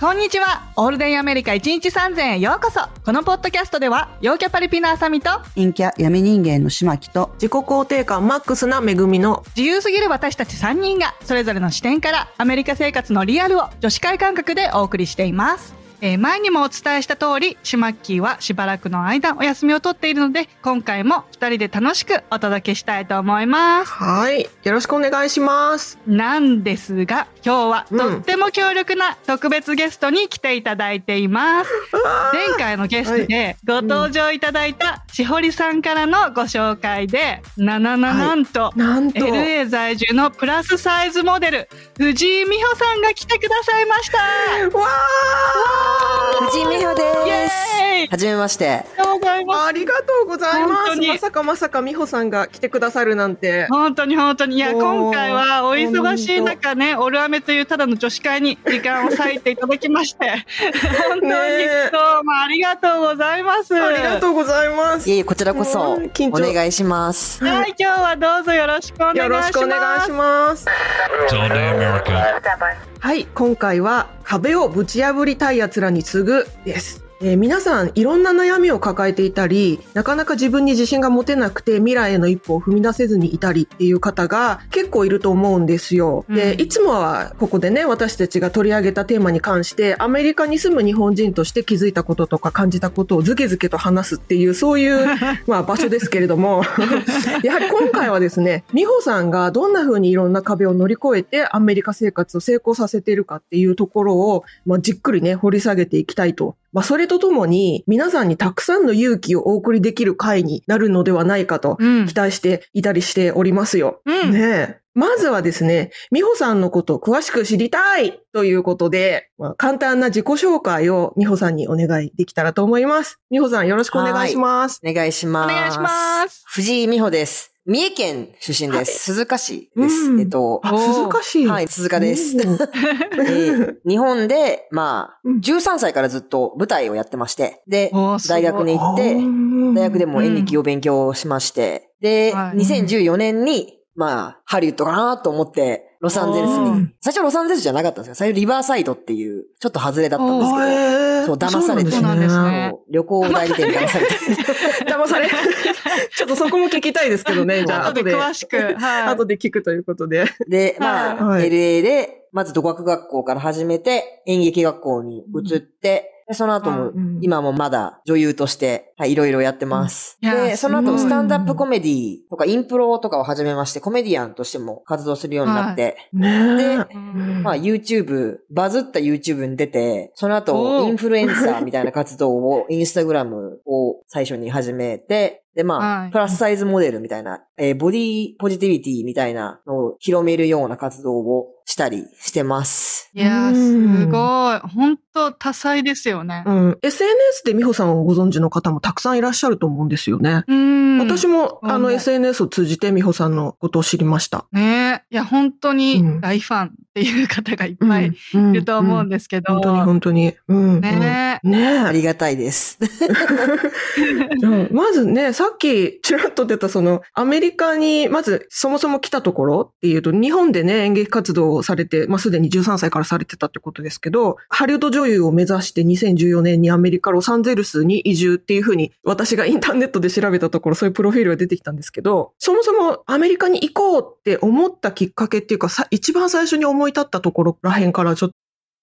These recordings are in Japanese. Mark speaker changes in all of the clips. Speaker 1: こんにちは。オールデンアメリカ1日3000へようこそ。このポッドキャストでは、陽キャパリピのあさみと、
Speaker 2: 陰キャ闇人間の島木と
Speaker 3: 自己肯定感マックスな恵みの
Speaker 1: 自由すぎる私たち3人が、それぞれの視点から、アメリカ生活のリアルを女子会感覚でお送りしています。えー前にもお伝えした通り、シマッキーはしばらくの間お休みを取っているので、今回も2人で楽しくお届けしたいと思います。
Speaker 3: はいよろしくお願いします
Speaker 1: なんですが、今日は
Speaker 3: うん
Speaker 1: とっても強力な特別ゲストに来ていただいています。 前回のゲストでご登場いただいたしほりさんからのご紹介で、ななななんと、
Speaker 3: なんと
Speaker 1: LA 在住のプラスサイズモデル藤井美穂さんが来てくださいました
Speaker 3: わ
Speaker 2: 藤井美穂
Speaker 1: イ
Speaker 2: です
Speaker 1: エーイ
Speaker 2: はじめまして
Speaker 1: ありがとうございます
Speaker 3: あありがとうございま
Speaker 1: 本当
Speaker 3: す
Speaker 1: に
Speaker 3: まさかまさか美穂さんが来てくださるなんて
Speaker 1: 本当に本当にいや
Speaker 3: おー
Speaker 1: 今回はお忙しい中ねオルアメというただの女子会に時間を割いていただきまして本当に
Speaker 3: ねえ
Speaker 1: どうもありがとうございます
Speaker 3: ありがとうございます
Speaker 4: いえいえ、こちらこそ、お
Speaker 3: うん緊張
Speaker 4: 願いします。
Speaker 1: はい今日はどうぞよろしくお願いします
Speaker 3: よろしくお願いします。
Speaker 5: It's all day America.
Speaker 3: はい、今回は壁をぶち破りたい奴らに次ぐです。えー皆さんいろんな悩みを抱えていたり、なかなか自分に自信が持てなくて未来への一歩を踏み出せずにいたりっていう方が結構いると思うんですよ。で、
Speaker 1: うん
Speaker 3: いつもはここでね、私たちが取り上げたテーマに関してアメリカに住む日本人として気づいたこととか感じたことをズケズケと話すっていうそういうまあ場所ですけれ ども、やはり今回はですね、美穂さんがどんな風にいろんな壁を乗り越えてアメリカ生活を成功させているかっていうところを、まあ、じっくりね、掘り下げていきたいと。まあ、それとともに、皆さんにたくさんの勇気をお送りできる回になるのではないかと、
Speaker 1: うん
Speaker 3: 期待していたりしておりますよ。
Speaker 1: うん
Speaker 3: ねえ。まずはですね、美穂さんのことを詳しく知りたいということで、まあ、簡単な自己紹介を美穂さんにお願いできたらと思います。美穂さんよろしくお願いします。
Speaker 4: お願いします。
Speaker 1: お願いします
Speaker 4: 藤井美穂です。三重県出身です。鈴鹿市です。
Speaker 3: うん
Speaker 4: えっと、
Speaker 3: あ、
Speaker 1: お
Speaker 3: 鈴
Speaker 1: ー
Speaker 3: 鹿市。
Speaker 4: はい、鈴鹿です。
Speaker 3: うん
Speaker 4: えー日本で、まあ、
Speaker 3: うん
Speaker 4: 13歳からずっと舞台をやってまして、で、
Speaker 1: おーすごい
Speaker 4: 大学に行って、
Speaker 3: 大
Speaker 4: 大学でも演劇を勉強しまして、で、
Speaker 1: はい
Speaker 4: 2014年に、まあ、ハリウッドかなと思って、ロサンゼルス
Speaker 1: う
Speaker 4: に
Speaker 1: ん。
Speaker 4: 最初ロサンゼルスじゃなかったんですよ。最初リバーサイドっていう、ちょっと外れだったんですけど。そう騙されて
Speaker 1: そうなんですね
Speaker 4: そう旅行代理店に騙されて。
Speaker 3: 騙されちょっとそこも聞きたいですけどね。じゃあ、
Speaker 1: 後
Speaker 3: 後
Speaker 1: で
Speaker 3: で。
Speaker 1: 詳しく、はい、
Speaker 3: 後で聞くということで。
Speaker 4: で、まあ、
Speaker 3: はい
Speaker 4: LA で、まず語学学校から始めて、演劇学校に移って、でその後
Speaker 1: は
Speaker 4: も
Speaker 1: い、
Speaker 4: 今もまだ女優として、はい、いろいろやってます。
Speaker 1: うんいやー
Speaker 4: で、その
Speaker 1: すご
Speaker 4: 後、
Speaker 1: い
Speaker 4: スタンダップコメディとか、インプロとかを始めまして、コメディアンとしても活動するようになって、
Speaker 3: ね
Speaker 4: で
Speaker 1: うん
Speaker 4: まあ、YouTube、バズった YouTube に出て、その後、
Speaker 1: おー
Speaker 4: インフルエンサーみたいな活動 を、インスタグラムを最初に始めて、で、ま
Speaker 1: は
Speaker 4: あ
Speaker 1: い、
Speaker 4: プラスサイズモデルみたいな、えーボディポジティビティみたいなのを広めるような活動をしたりしてます。
Speaker 1: いやーすごい本当多彩ですよね
Speaker 3: うん。SNS で美穂さんをご存知の方もたくさんいらっしゃると思うんですよね。
Speaker 1: うん
Speaker 3: 私も、あ
Speaker 1: う
Speaker 3: の、
Speaker 1: ん
Speaker 3: SNS を通じて美穂さんのことを知りました。
Speaker 1: ねえ、いや、本当に
Speaker 3: うん
Speaker 1: 大ファンっていう方がいっぱいいると思うん
Speaker 3: で
Speaker 1: ですけど、
Speaker 3: 本当に本当に。うん。
Speaker 1: ねえ、
Speaker 3: うんね
Speaker 4: あ
Speaker 3: え
Speaker 4: りがたいです。
Speaker 3: うんまずね、さっきちらっと出たそのアメリカにまずそもそも来たところっていうと日本でね演劇活動をされて、まあすでに13歳からされてたってことですけど、ハリウッド女優を目指して2014年にアメリカロサンゼルスに移住っていうふうに私がインターネットで調べたところそういうプロフィールが出てきたんですけど、そもそもアメリカに行こうって思ったきっかけっていうかさ一番最初に思い立ったところらへんからちょっと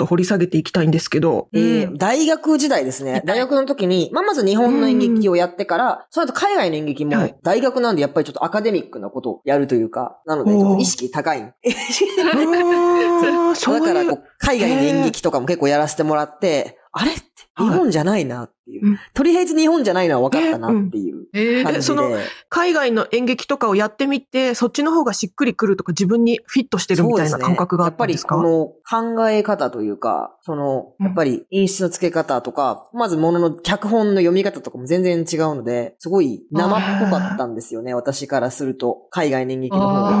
Speaker 3: ちょっと掘り下げていきたいんですけど、
Speaker 4: えー 大学時代ですね。大学の時に、まあ、まず日本の演劇をやってから、その後海外の演劇も
Speaker 3: はい、
Speaker 4: 大学なんでやっぱりちょっとアカデミックなことをやるというか、なので、ち
Speaker 3: おー
Speaker 4: ょっと意識高い。
Speaker 3: うーんそう
Speaker 4: だから
Speaker 3: いう
Speaker 4: こう、海外の演劇とかも結構やらせてもらって、あれって日本じゃないなっていう。
Speaker 3: うん
Speaker 4: とりあえず日本じゃないのは分かったなっていう
Speaker 1: え
Speaker 4: 感じで。
Speaker 3: えその海外の演劇とかをやってみて、そっちの方がしっくりくるとか自分にフィットしてるみたいな感覚があったんですか
Speaker 4: そうですねやっぱりこの考え方というか、その、
Speaker 3: うん
Speaker 4: やっぱり演出の付け方とか、まず物の脚本の読み方とかも全然違うので、すごい生っぽかったんですよね、私からすると。海外の演劇の方
Speaker 1: あ
Speaker 4: が。
Speaker 1: な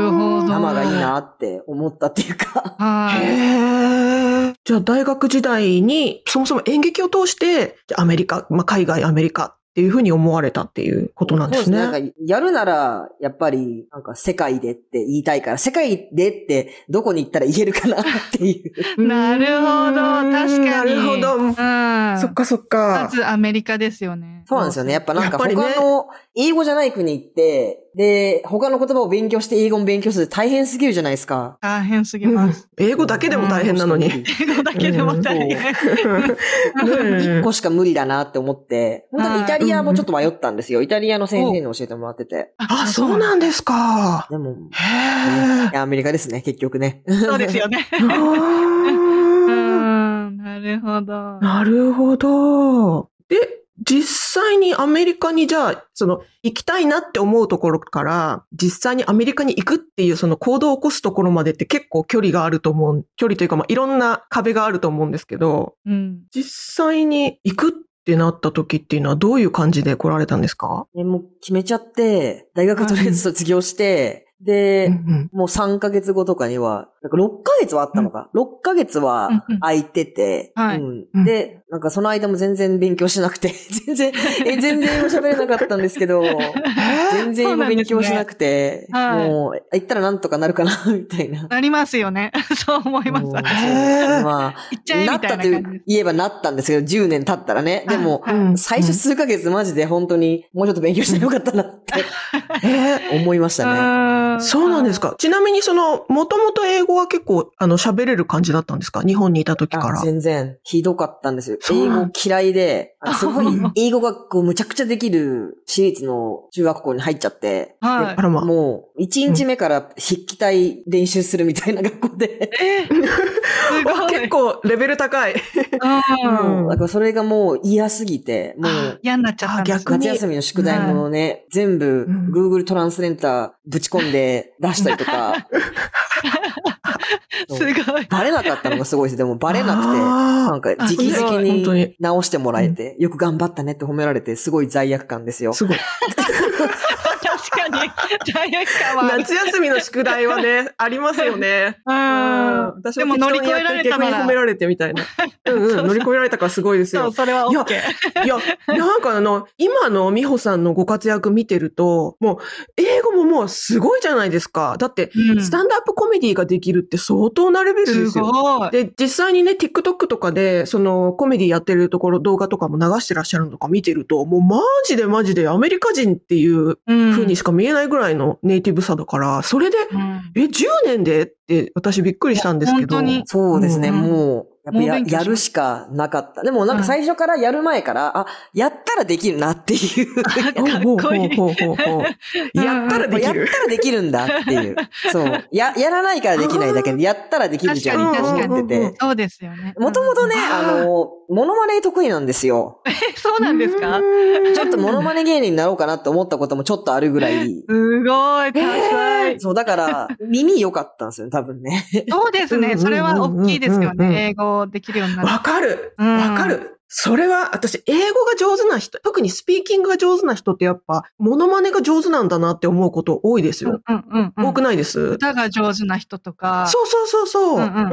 Speaker 1: るほど。
Speaker 4: 生がいいなって思ったっていうか。
Speaker 1: はい。
Speaker 3: へーじゃあ大学時代に、そもそも演劇を通して、じゃあアメリカ、まあ、海外、アメリカっていうふうに思われたっていうことなんですね。
Speaker 4: そうなんか、やるなら、やっぱり、なんか、世界でって言いたいから、世界でって、どこに行ったら言えるかなっていう。
Speaker 1: なるほど。確かに。
Speaker 3: なるほど。
Speaker 1: うん。
Speaker 3: そっかそっ
Speaker 1: ま
Speaker 3: か。
Speaker 1: ずアメリカですよね。
Speaker 4: そうなんですよね。やっぱなんか
Speaker 3: やっぱ
Speaker 4: 他
Speaker 3: りね
Speaker 4: の英語じゃない国行って、で、他の言葉を勉強して英語も勉強するって大変すぎるじゃないですか。
Speaker 1: 大変すぎます。
Speaker 3: 英語だけでも大変なのに。
Speaker 4: うん
Speaker 1: 英語だけでも大変。
Speaker 4: 一
Speaker 3: ね
Speaker 4: 個しか無理だなって思って、本当にイタリアもちょっと迷ったんですよ。イタリアの先生に教えてもらってて。
Speaker 3: あ、そうなんですか。
Speaker 4: でも、
Speaker 3: へ
Speaker 4: ね
Speaker 3: え
Speaker 4: い。やアメリカですね、結局ね。
Speaker 1: そうですよ ね。う
Speaker 3: あー
Speaker 1: ん。なるほど。
Speaker 3: なるほど。で、実際にアメリカにじゃあ、その、行きたいなって思うところから、実際にアメリカに行くっていうその行動を起こすところまでって結構距離があると思う、距離というかまあいろんな壁があると思うんですけど、
Speaker 1: うん。
Speaker 3: 実際に行くってなった時っていうのはどういう感じで来られたんですか
Speaker 4: でもう決めちゃって、大学とりあえず卒業して、で、
Speaker 3: うん
Speaker 4: もう3ヶ月後とかには、なんか6ヶ月はあったのか。6ヶ月は
Speaker 1: うんうん
Speaker 4: 空いてて、
Speaker 1: はい
Speaker 4: うんで、なんかその間も全然勉強しなくて、 全然、え、全然英語喋れなかったんで すけど、全然英語勉強しなくて、
Speaker 1: そうなんですねはい
Speaker 4: もう、行ったらなんとかなるかな、みたいな。
Speaker 1: なりますよね。 そう思います。
Speaker 4: もう
Speaker 1: 行
Speaker 3: へー
Speaker 4: まあ、
Speaker 1: っちゃえ
Speaker 4: な
Speaker 1: み
Speaker 4: ったた
Speaker 1: い
Speaker 4: と
Speaker 1: な感じ。
Speaker 4: 言えばなったんですけど、10年経ったらね。でも、
Speaker 1: は
Speaker 3: う
Speaker 1: い
Speaker 3: ん
Speaker 4: 最初数ヶ月マジで本当にもうちょっと勉強してよかったなって
Speaker 3: うんえー
Speaker 4: 思いましたね。
Speaker 1: あー
Speaker 3: そうなんです。か。ちなみにその、もともと英語は結構、あの、喋れる感じだったんですか日本にいた時か
Speaker 4: あ
Speaker 3: ら。
Speaker 4: 全然、ひどかったんですよ。
Speaker 3: そう
Speaker 4: 英語嫌い で、あすごい
Speaker 1: あ、
Speaker 4: 英語がこう、むちゃくちゃできる私立の中学校に入っちゃって、
Speaker 1: はい
Speaker 3: あらま。
Speaker 4: もう、1日目から筆記体練習するみたいな学校で、
Speaker 1: すごい。
Speaker 3: 結構レベル高い。
Speaker 1: うん
Speaker 3: う ん
Speaker 4: だからそれがもう嫌すぎて、もう、
Speaker 1: 嫌になっちゃったんですね。
Speaker 3: あ逆に
Speaker 4: 夏休みの宿題もね、全部
Speaker 3: うん
Speaker 4: Google トランスレンターぶち込んで出したりと か、そう
Speaker 1: すごい。
Speaker 4: バレなかったのがすごいです。でもバレなくて、な
Speaker 3: なん
Speaker 4: か直
Speaker 1: すご
Speaker 4: 々
Speaker 3: い本当
Speaker 4: に
Speaker 3: に
Speaker 4: 直してもらえて、よく頑張ったねって褒められて、すごい罪悪感ですよ。
Speaker 3: すごい。
Speaker 1: 確か に。罪悪感はある。
Speaker 3: 夏休みの宿題は ね、ありますよね。
Speaker 1: うん。
Speaker 3: 私
Speaker 1: でも
Speaker 3: 適
Speaker 1: 乗り
Speaker 3: 当に
Speaker 1: 越え
Speaker 3: や
Speaker 1: ら
Speaker 3: っ
Speaker 1: れ
Speaker 3: て
Speaker 1: たな
Speaker 3: 逆に褒め
Speaker 1: ら。
Speaker 3: られてみ たいな。うん
Speaker 1: そう
Speaker 3: う、
Speaker 1: そうん
Speaker 3: 乗り越えられたからすごいです
Speaker 1: そ
Speaker 3: よ
Speaker 1: う、。それは OK。
Speaker 3: いや、なんかあの、今の美穂さんのご活躍見てると、もう、英語ももうすごいじゃないですか。だって、
Speaker 1: うん
Speaker 3: スタンドアップコメディができるって相当なレベルですすよ。
Speaker 1: ごい。
Speaker 3: で、実際にね、TikTok とかで、その、コメディやってるところ、動画とかも流してらっしゃるのとか見てると、もうマジでマジでアメリカ人っていう
Speaker 1: うん
Speaker 3: 風にしか見えないぐらいのネイティブさだから、それで、
Speaker 1: うん
Speaker 3: え、10年でって私びっくりしたんですけど。
Speaker 1: 本当に
Speaker 4: そうですね、
Speaker 1: うん
Speaker 4: もう、やっぱ
Speaker 1: もう
Speaker 4: や
Speaker 1: 勉強します
Speaker 4: やるしかなかった。でもなんか最初からやる前から、あ、やったらできるなっていう。
Speaker 3: ほうほうほうほうほうほう。 やったらで
Speaker 4: や
Speaker 3: き
Speaker 4: っ
Speaker 3: る。
Speaker 4: たらできるんだっていう。そう。や、やらないからできないだけで、やったらできるじゃんって
Speaker 1: 確かに
Speaker 4: 思ってて
Speaker 3: 確かに。
Speaker 1: そうですよね。
Speaker 4: もともとね、
Speaker 3: うん
Speaker 4: あの、モノマネ得意なんですよ。
Speaker 1: うん。 そうなんですか
Speaker 4: ちょっとモノマネ芸人になろうかなって思ったこともちょっとあるぐらい。
Speaker 1: すごい、多彩。
Speaker 4: そう、だから、耳良かったんですよね、多分ね。
Speaker 1: そうです
Speaker 3: うんうんうんうん
Speaker 1: ね。
Speaker 3: うん
Speaker 1: それは大きいですよね。英語できるようになる。
Speaker 3: わかる。
Speaker 1: うん
Speaker 3: わかる。それは、私、英語が上手な人、特にスピーキングが上手な人ってやっぱ、モノマネが上手なんだなって思うこと多いです
Speaker 1: うん
Speaker 3: よ。
Speaker 1: うんうん。
Speaker 3: 多くないです。
Speaker 1: 歌が上手な人とか。
Speaker 3: そうそうそうそう。
Speaker 1: う
Speaker 3: うん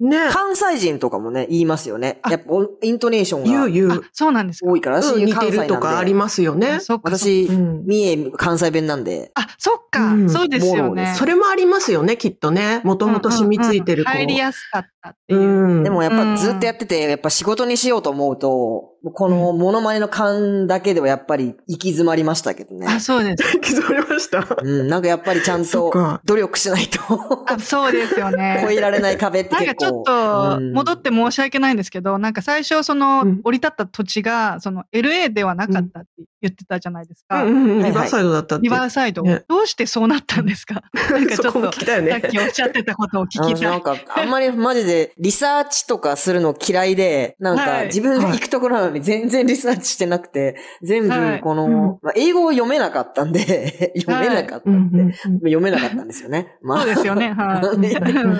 Speaker 1: うん
Speaker 3: ん。ね。
Speaker 4: 関西人とかもね、言いますよね。やっぱ、おイントネーショ
Speaker 3: 言う
Speaker 4: ンが
Speaker 3: 言
Speaker 1: あ
Speaker 3: う。
Speaker 1: そうなんですか。
Speaker 4: 多いから、
Speaker 3: うん
Speaker 4: 私、
Speaker 3: 似
Speaker 4: 関
Speaker 3: て
Speaker 4: 西な
Speaker 3: る
Speaker 4: ん
Speaker 3: とかあり
Speaker 4: で。
Speaker 3: ますよね
Speaker 1: あ。そっか。
Speaker 4: 私
Speaker 3: う、ん。
Speaker 4: 三重関西弁なんで、
Speaker 1: あ、そっか
Speaker 3: う。ん
Speaker 1: そうですよね。
Speaker 3: それもありますよね、きっとね。もともと染みついてる。
Speaker 1: うんうんうん入り
Speaker 3: こ
Speaker 1: やすかったって
Speaker 3: う
Speaker 1: いう。
Speaker 3: うん。
Speaker 4: でもやっ
Speaker 1: うん
Speaker 4: ぱずっとやってて、やっぱ仕事にしようと思うと、もうこのモノマネの感だけではやっぱり行き詰まりましたけどね。
Speaker 1: あ、そうです。
Speaker 3: 気づかれました。
Speaker 4: うん、なんかやっぱりちゃん
Speaker 3: そっ
Speaker 4: と
Speaker 3: か。
Speaker 4: 努力しないと
Speaker 1: あ、そうですよね。
Speaker 4: 超えられない壁って
Speaker 1: なん
Speaker 4: 結
Speaker 1: か
Speaker 4: 構
Speaker 1: ち。ょっと
Speaker 4: うん
Speaker 1: 戻って申し訳ないんですけど、なんか最初その
Speaker 3: うん
Speaker 1: 降り立った土地がその LA ではなかったって言ってたじゃないです
Speaker 3: う
Speaker 1: か。
Speaker 3: んうん
Speaker 4: はい
Speaker 3: リバーサイドだったって。
Speaker 1: リバーサイド、
Speaker 3: ね
Speaker 1: どうしてそうなったんです かなんかちょ
Speaker 3: そ
Speaker 1: っ、
Speaker 3: ことも聞きたいよ
Speaker 1: さっ
Speaker 3: ね。
Speaker 1: きおっしゃってたことを聞き
Speaker 4: あ
Speaker 1: た
Speaker 4: ないん。か、あんまりマジでリサーチとかするの嫌いで、なん
Speaker 1: は
Speaker 4: か
Speaker 1: い
Speaker 4: 自分で行くところなのに全然リサーチしてなくて、全
Speaker 1: は
Speaker 4: 部
Speaker 1: い
Speaker 4: こ
Speaker 3: うん
Speaker 4: の、まあ英語を読めなかったんで、 読めなかった
Speaker 3: うん
Speaker 4: ん
Speaker 3: う
Speaker 4: で、
Speaker 3: んうん
Speaker 4: 読めなかったんですよね。まあ
Speaker 1: そうですよね。 はい。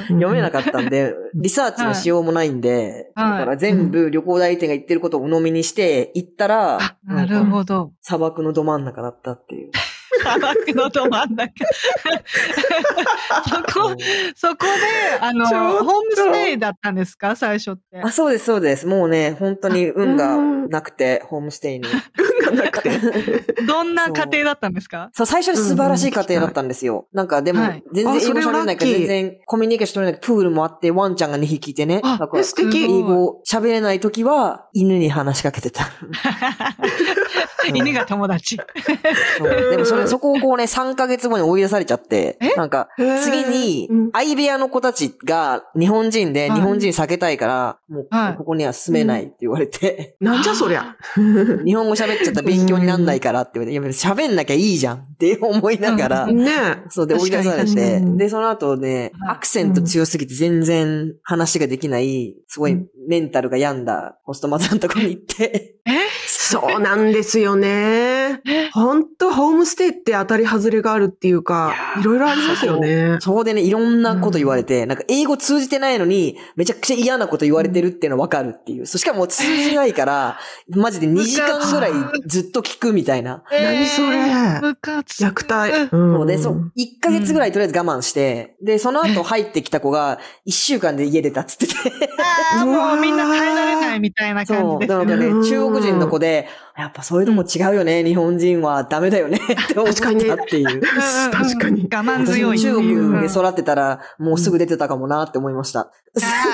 Speaker 4: 読めなかったんで、リサーチのしようもないんで、
Speaker 1: はい
Speaker 4: だから全部旅行代理店が言ってることを鵜呑みにして、行った
Speaker 1: あ
Speaker 4: ら、
Speaker 1: なるほど。
Speaker 4: 砂漠のど真ん中だったっていう。
Speaker 1: 砂漠のど真ん中。 そこ、そこで、あの、
Speaker 3: ちょっと
Speaker 1: ホームステイだったんですか最初って。
Speaker 4: あ、そうです、そうです。もうね、本当に運がなくて、ホームステイに。
Speaker 3: 運がなくて。
Speaker 1: どんな家庭だったんですか
Speaker 4: そう、最初に素晴らしい家庭だったんですよ。なんか、でも
Speaker 1: はい、
Speaker 4: 全然
Speaker 3: あ
Speaker 4: 英
Speaker 3: そ
Speaker 4: 語
Speaker 3: れは
Speaker 4: 喋れないから、
Speaker 3: ラッ
Speaker 4: 全
Speaker 3: キー
Speaker 4: 然コミュニケーション取れないプールもあって、ワンちゃんが2匹いてね。
Speaker 1: あ
Speaker 4: だから
Speaker 3: え素敵
Speaker 4: 英語喋れない時は、犬に話しかけてた。うん
Speaker 1: 犬が友達。
Speaker 4: そうでも、それ、そこをこうね、3ヶ月後に追い出されちゃって
Speaker 1: え、
Speaker 4: なんか、次に
Speaker 3: うん、
Speaker 4: 相部屋の子たちが日本人で、
Speaker 1: はい
Speaker 4: 日本人避けたいから、もう
Speaker 1: はい、
Speaker 4: ここには住めないって言われて、
Speaker 3: なんじゃそりゃ。
Speaker 4: 日本語喋っちゃったら勉強になんないからって言われて、いや、別に喋んなきゃいいじゃんって思いながら、
Speaker 3: ねえ。
Speaker 4: そうで追い
Speaker 1: 確か
Speaker 4: 出
Speaker 1: に
Speaker 4: され
Speaker 3: 確か
Speaker 4: て、
Speaker 3: に
Speaker 4: で、その後ね、
Speaker 1: はい
Speaker 4: アクセント強すぎて全然話ができない、すご
Speaker 3: う
Speaker 4: い
Speaker 3: ん
Speaker 4: メンタルが病んだホストマザーのとこに行って、
Speaker 3: そうなんですよね。ほんと、ホームステイって当たり外れがあるっていうか、いろいろありますよね。
Speaker 4: そこでね、いろんなこと言われて、なんか英語通じてないのに、めちゃくちゃ嫌なこと言われてるっていうのはわかるっていう。そしかも通じないから、マジで2時間ぐらいずっと聞くみたいな。
Speaker 3: 何それ
Speaker 1: 部活。
Speaker 3: 虐待。
Speaker 4: そうで、
Speaker 3: ん
Speaker 4: そう、1ヶ月ぐらいとりあえず我慢して、で、その後入ってきた子が1週間で家出たっつってて。
Speaker 1: ああ、もうみんな耐えられないみたいな感
Speaker 4: そ
Speaker 1: じです
Speaker 4: う。
Speaker 1: よ
Speaker 4: なの
Speaker 1: ね
Speaker 4: で。
Speaker 3: うん
Speaker 4: ね、中国人の子で、やっぱそういうとこ違うよね、日本人はダメだよねって思ったっていう。
Speaker 1: うんうん
Speaker 3: 確かに
Speaker 1: 我慢
Speaker 4: 私
Speaker 1: 強
Speaker 4: も
Speaker 1: い。
Speaker 4: 中国で
Speaker 1: うん
Speaker 4: 育ってたら、もうすぐ出てたかもなって思いました。
Speaker 1: あ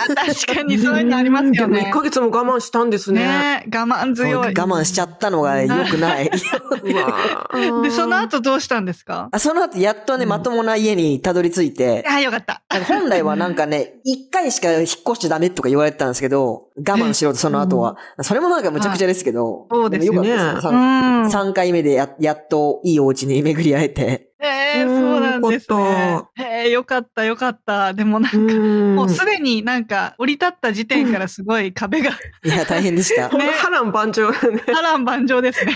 Speaker 1: ー確かにそういうのありますよ
Speaker 3: でも1
Speaker 1: ね。
Speaker 3: ヶ月も我慢したんですね。
Speaker 1: ねえ我慢強い。
Speaker 4: 我慢しちゃったのが良くない。
Speaker 3: うわー
Speaker 1: で、その後どうしたんですか
Speaker 4: あその後、やっとね、まともな家にたどり着 いて、
Speaker 1: ああ、よかった。
Speaker 4: なんか本来はなんかね、一回しか引っ越しちゃダメとか言われてたんですけど、我慢しろとその後は。それもなんかむちゃくちゃですけ
Speaker 1: は
Speaker 4: ど。
Speaker 1: いそうですよ
Speaker 4: も
Speaker 3: ね
Speaker 4: 良かった
Speaker 1: う
Speaker 4: です
Speaker 1: ん。
Speaker 4: さん 3, 回目でや、やっといいお家に巡り会えて。
Speaker 1: ええそうなんです
Speaker 3: うん
Speaker 1: ね
Speaker 3: よか。
Speaker 1: ええよかった、よかった。でもなん
Speaker 3: う
Speaker 1: か、
Speaker 3: ん
Speaker 1: もうすでになんか、降り立った時点からすごい壁が、
Speaker 4: いや、大変でした。
Speaker 3: ほんと波乱万丈だね。
Speaker 1: 波乱万丈ですね。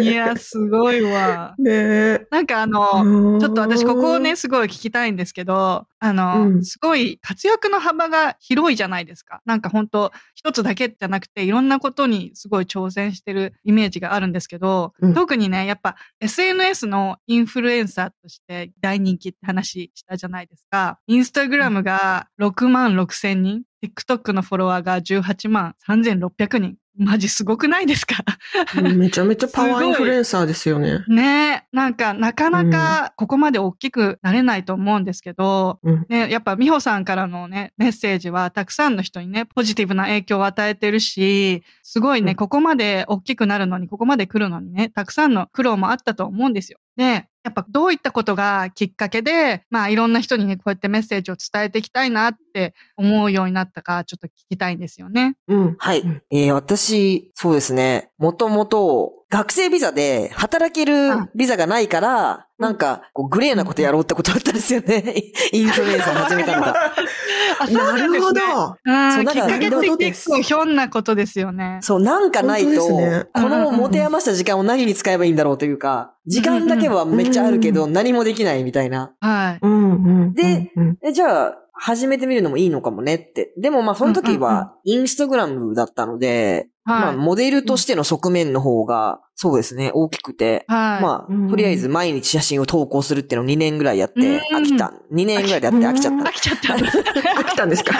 Speaker 1: いや、すごいわ。
Speaker 3: ねえ。
Speaker 1: なんかあの、ちょっと私ここをね、すごい聞きたいんですけど、あの、
Speaker 3: うん
Speaker 1: すごい活躍の幅が広いじゃないですか。なんか本当一つだけじゃなくて、いろんなことにすごい挑戦してるイメージがあるんですけど、
Speaker 3: うん
Speaker 1: 特にね、やっぱ SNS のインフルエンサーとして大人気って話したじゃないですか。インスタグラムが6万6千人、TikTok のフォロワーが18万3600人。マジすごくないですか
Speaker 3: うんめちゃめちゃパワーインフルエンサーですよね。
Speaker 1: ねえ、なんかなかなかここまで大きくなれないと思うんですけど、
Speaker 3: うん
Speaker 1: ね、やっぱ美穂さんからのね、メッセージはたくさんの人にね、ポジティブな影響を与えてるし、すごいね、
Speaker 3: うん
Speaker 1: ここまで大きくなるのに、ここまで来るのにね、たくさんの苦労もあったと思うんですよ。で、やっぱどういったことがきっかけで、まあいろんな人にね、こうやってメッセージを伝えていきたいなって思うようになったか、ちょっと聞きたいんですよね。
Speaker 3: うん。
Speaker 4: はい
Speaker 3: うん。
Speaker 4: えー私、そうですね。もともと、学生ビザで働けるビザがないから、
Speaker 3: うん
Speaker 4: なんか、こうグレーなことやろうってことだったんですよ ね。インフルエンサー始めたのが。
Speaker 1: あ、そう
Speaker 3: な
Speaker 1: なんです
Speaker 3: るほ
Speaker 1: ね。
Speaker 3: ど。
Speaker 1: う、
Speaker 4: そうんだ
Speaker 1: きっ
Speaker 4: から
Speaker 1: かけ
Speaker 3: なるほ
Speaker 1: って
Speaker 3: どです
Speaker 1: 結構ひょんなことですよね。
Speaker 4: そう、なんかないと、
Speaker 3: 本当ですね
Speaker 4: この
Speaker 1: うん
Speaker 4: 持て余した時間を何に使えばいいんだろうというか、時間だけはめっちゃあるけ
Speaker 3: う
Speaker 4: ど、何もできないみたいな。
Speaker 1: はい。
Speaker 3: うんうんうん
Speaker 4: で
Speaker 3: うん
Speaker 4: え、じゃあ、始めてみるのもいいのかもねって。でもまあ、その時
Speaker 1: うんうんうん
Speaker 4: は、インスタグラムだったので、まあ、
Speaker 1: はい。
Speaker 4: モデルとしての側面の方が、そうですね、大きくて、
Speaker 1: はい。
Speaker 4: ま
Speaker 3: うん
Speaker 4: あ、とりあえず毎日写真を投稿するっていうのを2年ぐらいやっ
Speaker 1: うん
Speaker 4: て飽きた。2年ぐらいでやって 飽きちゃっ
Speaker 1: 飽きちゃったんだ。
Speaker 3: 飽きたんですか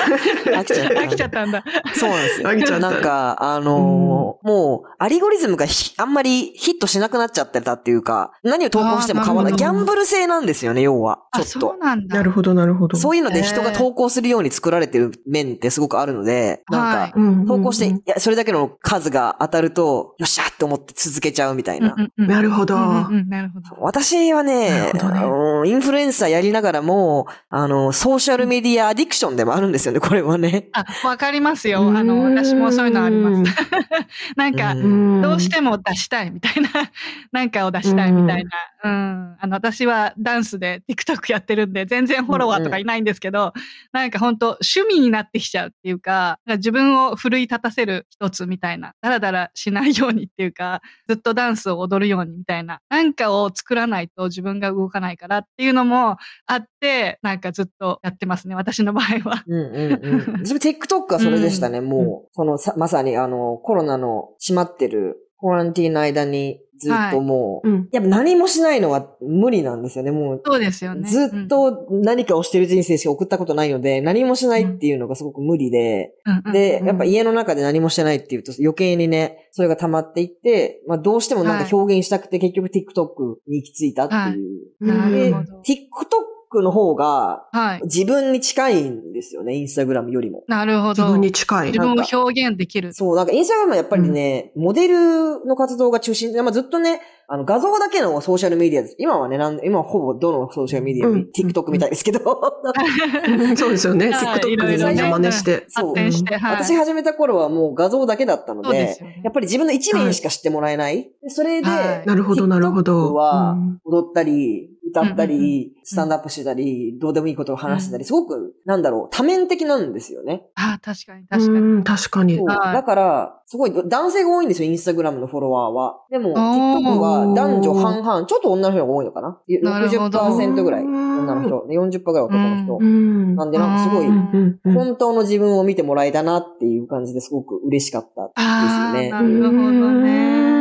Speaker 4: 飽きちゃった
Speaker 1: 飽きちゃったんだ。
Speaker 4: た。そうなんですよ。
Speaker 3: 飽きちゃった
Speaker 4: なんか、あのーもう、アルゴリズムがひあんまりヒットしなくなっちゃってたっていうか、何を投稿しても変わらない。
Speaker 1: あー
Speaker 4: ギ
Speaker 1: なる
Speaker 4: ャ
Speaker 1: ほど
Speaker 4: ンブル性なんですよね、要は。
Speaker 1: あ、
Speaker 4: ちょっ
Speaker 1: そう
Speaker 4: と。
Speaker 1: なんだ。
Speaker 3: なる
Speaker 1: ほ
Speaker 3: ほど、なるほど。
Speaker 4: そういうの
Speaker 1: へ
Speaker 4: で
Speaker 1: ー
Speaker 4: 人が投稿するように作られてる面ってすごくあるので、なん
Speaker 1: は
Speaker 4: か
Speaker 1: い、
Speaker 3: うんうんうん
Speaker 4: 投稿して、いや、それだけの数が当たると、よっしゃって思って続けけちゃうみたい
Speaker 1: うん
Speaker 4: な。
Speaker 1: うんうん
Speaker 3: なるほど。
Speaker 1: うんうんうんなるほど。
Speaker 4: 私は
Speaker 3: な
Speaker 4: ね
Speaker 3: るほどね
Speaker 4: あのインフルエンサーやりながらも、あの、ソーシャルメディアアディクションでもあるんですよね、これはね。
Speaker 1: あ、わかりますよ。あの、私もそういうのあります。なんか、
Speaker 4: うん
Speaker 3: ん
Speaker 1: どうしても出したいみたいな、 なんかを出したいみたいな。うん。あの、私はダンスで TikTok やってるんで、全然フォロワーとかいないんですけど、なんか本当趣味になってきちゃうっていうか、なんか自分を奮い立たせる一つみたいな、ダラダラしないようにっていうか、ずっとダンスを踊るようにみたいな、なんかを作らないと自分が動かないからっていうのもあって、なんかずっとやってますね、私の場合は。
Speaker 4: うんうん うん。それ TikTok はそれでしたね、もう。そのさ、まさにあの、コロナの閉まってる、コランティーンの間にずっともう、
Speaker 3: うん
Speaker 4: やっぱ何もしないのは無理なんですよね、もう。
Speaker 1: そうですよね。
Speaker 4: ずっと何かをしてる人生しか送ったことないので、何もしないっていうのがすごく無理で、
Speaker 1: うん、うんうん
Speaker 4: で
Speaker 3: う、ん
Speaker 4: やっぱ家の中で何もしてないっていうと余計にね、それが溜まっていって、まあどうしてもなんか表現したくて結局 TikTok に行き着いたっていう。
Speaker 1: なるほ
Speaker 4: で
Speaker 1: ど。
Speaker 4: TikTok の方が
Speaker 1: はい。
Speaker 4: 自分に近いんですよね、インスタグラムよりも。
Speaker 1: なるほ
Speaker 3: 自
Speaker 1: ど
Speaker 3: 分。に近い
Speaker 1: 自。分を表現できる。
Speaker 4: そう、なんかインスタグラムはやっぱりね、モデルの活動が中心で、まあずっとね、あの画像だけのソーシャルメディアです。今はね、なん今はほぼどのソーシャルメディアも、
Speaker 3: うん
Speaker 4: TikTok みたいですけど、
Speaker 3: そうですよね。
Speaker 1: はい
Speaker 3: TikTok でみんな真似して。
Speaker 4: そ
Speaker 1: 発
Speaker 4: う
Speaker 1: 展して、はい。
Speaker 4: 私始めた頃はもう画像だけだったの
Speaker 1: そうで、
Speaker 4: です
Speaker 1: よね
Speaker 4: やっぱり自分の一面しか知ってもらえない。でそれで、
Speaker 1: はい
Speaker 3: なるほど、なるほ
Speaker 4: TikTok
Speaker 3: ど。
Speaker 4: は
Speaker 3: うん
Speaker 4: 踊ったり、歌った
Speaker 1: うんうん
Speaker 4: り、スタンドアップしてたり、どうでもいいことを話してたり、すごく、なんだろう、多面的なんですよね。
Speaker 1: ああ、確かに確かに。
Speaker 3: うん確かに
Speaker 4: そう。。
Speaker 1: はい
Speaker 4: だから、すごい、男性が多いんですよ、インスタグラムのフォロワーは。でも、TikTok は男女半々、ちょっと女の人が多いのかな
Speaker 1: なるほど
Speaker 4: ?60% ぐらい、女の人。で40%ぐらい男の人
Speaker 1: う。
Speaker 3: ん
Speaker 4: なんで、なんかすごい、
Speaker 1: うん
Speaker 3: うんうん
Speaker 4: 本当の自分を見てもらえたなっていう感じですごく嬉しかった
Speaker 1: ああ、
Speaker 4: ですよ
Speaker 1: な
Speaker 4: ね。
Speaker 1: るほどね。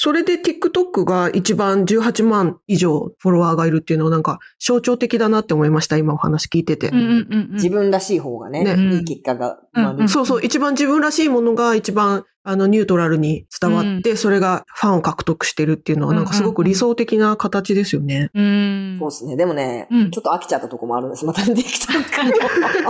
Speaker 3: それで TikTok が一番18万以上フォロワーがいるっていうのをなんか象徴的だなって思いました、今お話聞いてて。
Speaker 1: うんうんうんうん。
Speaker 4: 自分らしい方がね、
Speaker 3: ね
Speaker 4: いい結果
Speaker 1: う
Speaker 4: が
Speaker 1: ん
Speaker 4: 生まれる。
Speaker 3: そうそう、一番自分らしいものが一番あのニュートラルに伝わって、それがファンを獲得してるっていうのはなんかすごく理想的な形ですよね。
Speaker 1: うん。
Speaker 4: そうですね。でもね、
Speaker 1: うん
Speaker 4: ちょっと飽きちゃったとこもあるんです。また TikTok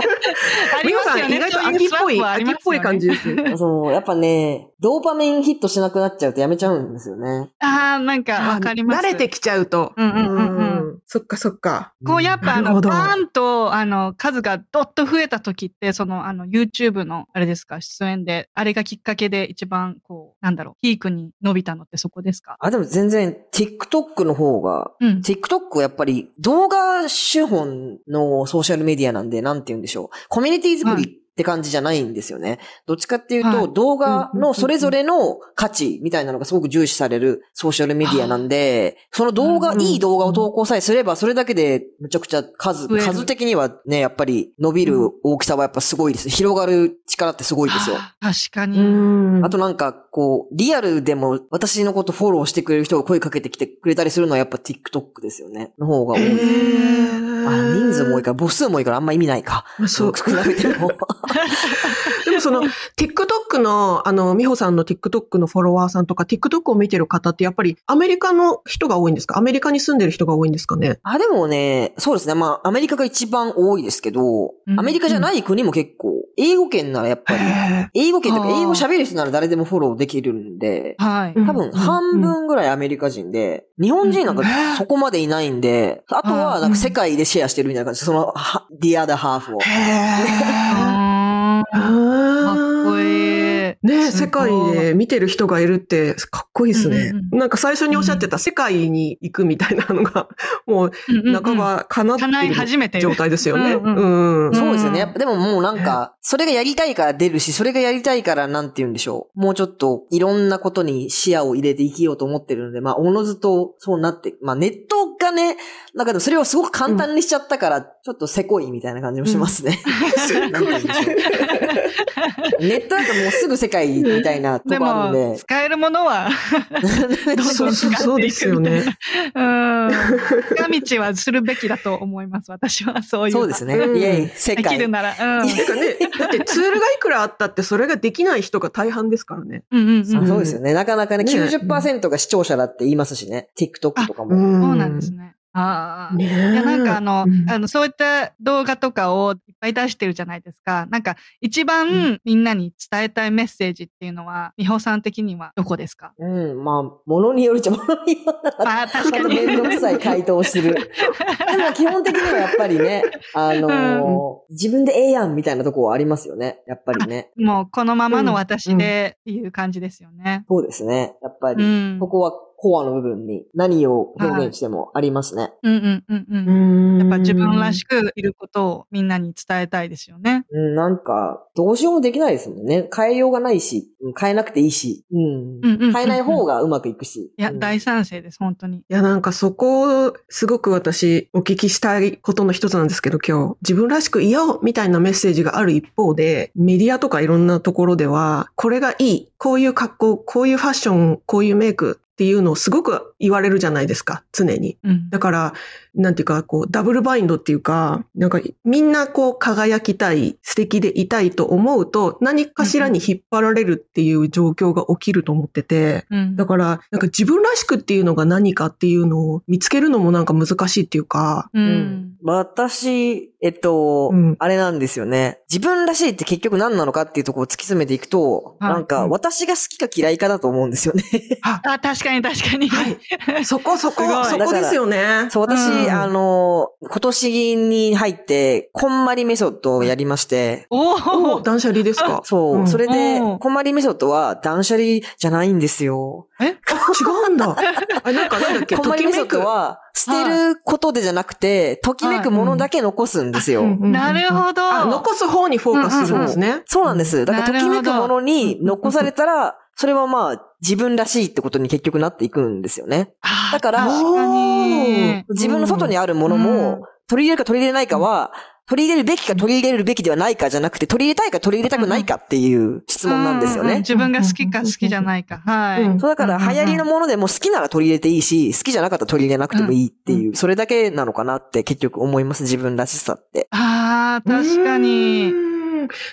Speaker 1: ありますよね。
Speaker 3: 美穂さん
Speaker 1: そうう
Speaker 3: 意外と秋っぽい、
Speaker 1: スワップはあり
Speaker 3: 秋
Speaker 1: ます
Speaker 3: っ
Speaker 1: よ
Speaker 3: ぽ
Speaker 1: ね
Speaker 3: い感じ。です。
Speaker 4: の。そう、やっぱね、ドーパミンヒットしなくなっちゃうとやめちゃうんですよね。
Speaker 1: ああ、なんかわかります。
Speaker 3: 慣れてきちゃうと。
Speaker 1: うんうんうんうん
Speaker 3: うんそっかそっか。
Speaker 1: こうやっぱあ
Speaker 3: なる
Speaker 1: の、
Speaker 3: ほど
Speaker 1: バーンと、あの、数がどっと増えた時って、その、あの、YouTube の、あれですか、出演で、あれがきっかけで一番、こう、なんだろう、ピークに伸びたのってそこですか
Speaker 4: あ、でも全然 TikTok の方が、
Speaker 1: うん。
Speaker 4: TikTok はやっぱり動画手本のソーシャルメディアなんで、なんて言うんでしょう。コミュニティ作りって感じじゃないんですよね。どっちかっていうと、
Speaker 1: はい
Speaker 4: 動画のそれぞれの価値みたいなのがすごく重視されるソーシャルメディアなんで、その動画、
Speaker 3: うんうん
Speaker 4: いい動画を投稿さえすれば、それだけでむちゃくちゃ数、
Speaker 1: 増える
Speaker 4: 数的にはね、やっぱり伸びる大きさはやっぱすごいです。広がる力ってすごいですよ。
Speaker 1: あー確かに。
Speaker 3: ん
Speaker 4: あとなんか、こう、リアルでも私のことフォローしてくれる人が声かけてきてくれたりするのはやっぱ TikTok ですよね。の方が多
Speaker 3: へ
Speaker 4: い。
Speaker 3: ー
Speaker 4: あ、人数も多いから、母数も多いからあんま意味ないか。
Speaker 3: そう。
Speaker 4: 少なくて も。
Speaker 3: でもその、TikTok の、あの、美穂さんの TikTok のフォロワーさんとか、TikTok を見てる方って、やっぱりアメリカの人が多いんですかアメリカに住んでる人が多いんですかね
Speaker 4: あ、でもね、そうですね。まあ、アメリカが一番多いですけど
Speaker 1: う、ん
Speaker 4: アメリカじゃない国も結構、英語圏ならやっぱり、英語圏とか
Speaker 1: あー
Speaker 4: 英語喋る人なら誰でもフォローできるんで、
Speaker 1: はい。
Speaker 3: うん
Speaker 4: 多分半分ぐらいアメリカ人で、日本人なんかそこまでいないんで、あとはなんか世界でシェアしてるみたいな感じ、その、は the other half を。
Speaker 3: へー。
Speaker 1: あ ーか
Speaker 3: か
Speaker 1: っこいい。
Speaker 3: ねえ
Speaker 1: す
Speaker 3: 世
Speaker 1: ごい
Speaker 3: 界で見てる人がいるって、かっこいいですね
Speaker 1: うんうん。
Speaker 3: なんか最初におっしゃってた、世界に行くみたいなのが、 もう、
Speaker 1: うんうんうん
Speaker 3: 半ば叶って
Speaker 1: 叶い始めて
Speaker 3: る
Speaker 1: る
Speaker 3: 状態ですよね。
Speaker 1: うんう
Speaker 3: う ん。
Speaker 4: そうですよね。
Speaker 1: うん
Speaker 4: やっぱでももうなんか、それがやりたいから出るし、それがやりたいからなんて言うんでしょう。もうちょっといろんなことに視野を入れて生きようと思ってるので、まあ、おのずとそうなって、まあ、ネットがね、なんかでもそれをすごく簡単にしちゃったから、ちょっとせこいみたいな感じもしますね。なんて言うんでしょう ネットだともうすぐ世界みたいなと
Speaker 1: で
Speaker 4: こあるん
Speaker 1: も、
Speaker 4: で。
Speaker 1: 使えるものは、どんどん使
Speaker 3: そ
Speaker 1: っ
Speaker 3: う
Speaker 1: ていく
Speaker 3: そうそうですよね。
Speaker 1: うん。近道はするべきだと思います。私はそういう。
Speaker 4: そうですね。
Speaker 3: うん
Speaker 4: イェイ、世
Speaker 1: でき
Speaker 4: 界
Speaker 1: る。なら。うん。
Speaker 3: てかね、だってツールがいくらあったってそれができない人が大半ですからね。
Speaker 1: うんうんうん。
Speaker 4: あ
Speaker 1: そ
Speaker 4: そうですよね。なかなかね、
Speaker 3: ね
Speaker 4: 90%が視聴者だって言いますしね。TikTok とかも。
Speaker 1: う
Speaker 3: そ
Speaker 1: なんですね。ああ。
Speaker 3: ね
Speaker 1: いやなんかあの、
Speaker 3: うん
Speaker 1: あの、そういった動画とかをいっぱい出してるじゃないですか。なんか、一
Speaker 3: う
Speaker 1: 番みんなに伝えたいメッセージっていうのは、美穂さん的にはどこですか
Speaker 4: うん、まあ、ものによるっちゃものによらな
Speaker 1: あ
Speaker 4: い。
Speaker 1: あ、確か
Speaker 4: ちょっと
Speaker 1: に。
Speaker 4: めんどくさい回答をする。でも基本的にはやっぱりね、あのー自分でええやんみたいなとこはありますよね。やっぱりね。
Speaker 1: もう、このままの私でっていう感じですよね。
Speaker 4: そうですね。やっぱ
Speaker 1: う
Speaker 4: り、
Speaker 1: ん。
Speaker 4: ここはコアの部分に何を表現してもありますね。
Speaker 1: うんうんうんうん。
Speaker 3: や
Speaker 1: やっぱ自分らしくいることをみんなに伝えたいですよね。
Speaker 4: うん、なんか、どうしようもできないですもんね。変えようがないし、うん変えなくていいし、うん。
Speaker 1: うんうんうんうん
Speaker 4: 変えない方がうまくいくし。
Speaker 1: いや、
Speaker 4: うん
Speaker 1: 大賛成です、本当に。
Speaker 3: いや、なんかそこをすごく私お聞きしたいことの一つなんですけど今日、自分らしくいようみたいなメッセージがある一方で、メディアとかいろんなところでは、これがいい、こういう格好、こういうファッション、こういうメイクっていうのをすごく言われるじゃないですか、常に。
Speaker 1: うん。
Speaker 3: だから、なんていうか、こう、ダブルバインドっていうか、なんか、みんなこう、輝きたい、素敵でいたいと思うと、何かしらに引っ張られるっていう状況が起きると思ってて、
Speaker 1: うん
Speaker 3: だから、なんか自分らしくっていうのが何かっていうのを見つけるのもなんか難しいってい うか、
Speaker 1: う
Speaker 4: うんん。私、えっと、
Speaker 3: うん
Speaker 4: あれなんですよね。自分らしいって結局何なのかっていうところを突き詰めていくと、
Speaker 1: はい
Speaker 4: なんか
Speaker 3: うん
Speaker 4: 私が好きか嫌いかだと思うんですよね。
Speaker 1: あ、確かに確かに。
Speaker 3: はい。そこそこ、
Speaker 1: すごい
Speaker 3: そこですよね。
Speaker 4: そう、私、
Speaker 3: うん
Speaker 4: あの、今年に入って、こんまりメソッドをやりまして、
Speaker 1: お
Speaker 3: お
Speaker 1: お
Speaker 3: 断捨離ですか
Speaker 4: そう、
Speaker 3: うん
Speaker 4: それで
Speaker 1: うん、
Speaker 4: こんまりメソッドは断捨離じゃないんですよ。
Speaker 3: 違うんだ。あ、なんかな んだっけ
Speaker 4: こん
Speaker 3: と
Speaker 4: まり
Speaker 3: き
Speaker 4: メ
Speaker 3: め
Speaker 4: ソッ
Speaker 3: く
Speaker 4: ド。は、捨てることでじゃなくて、ときめくものだけ残すんですよ。
Speaker 3: うんうんうん
Speaker 1: なるほど。
Speaker 3: あ、残す方にフォーカスするんですね。
Speaker 4: そうなんです。だから、と
Speaker 1: なる
Speaker 4: き
Speaker 1: ほど
Speaker 4: めくものに残されたら、それはまあ、自分らしいってことに結局なっていくんですよね。
Speaker 1: あ
Speaker 4: だから
Speaker 1: 確かに。
Speaker 4: 自分の外にあるもの
Speaker 1: うん
Speaker 4: も、取り入れるか取り入れないかは、取り入れるべきか取り入れるべきではないかじゃなくて、取り入れたいか取り入れたくないかっていう質問なんですよ
Speaker 1: うう
Speaker 4: ね。
Speaker 1: 自分が好きか好きじゃないか。はい。
Speaker 3: うん
Speaker 4: そうだから、流行りのものでも好きなら取り入れていいし、好きじゃなかったら取り入れなくてもいいっていう、それだけなのかなって結局思います、自分らしさって。
Speaker 1: ああ、確かに。
Speaker 3: うーん。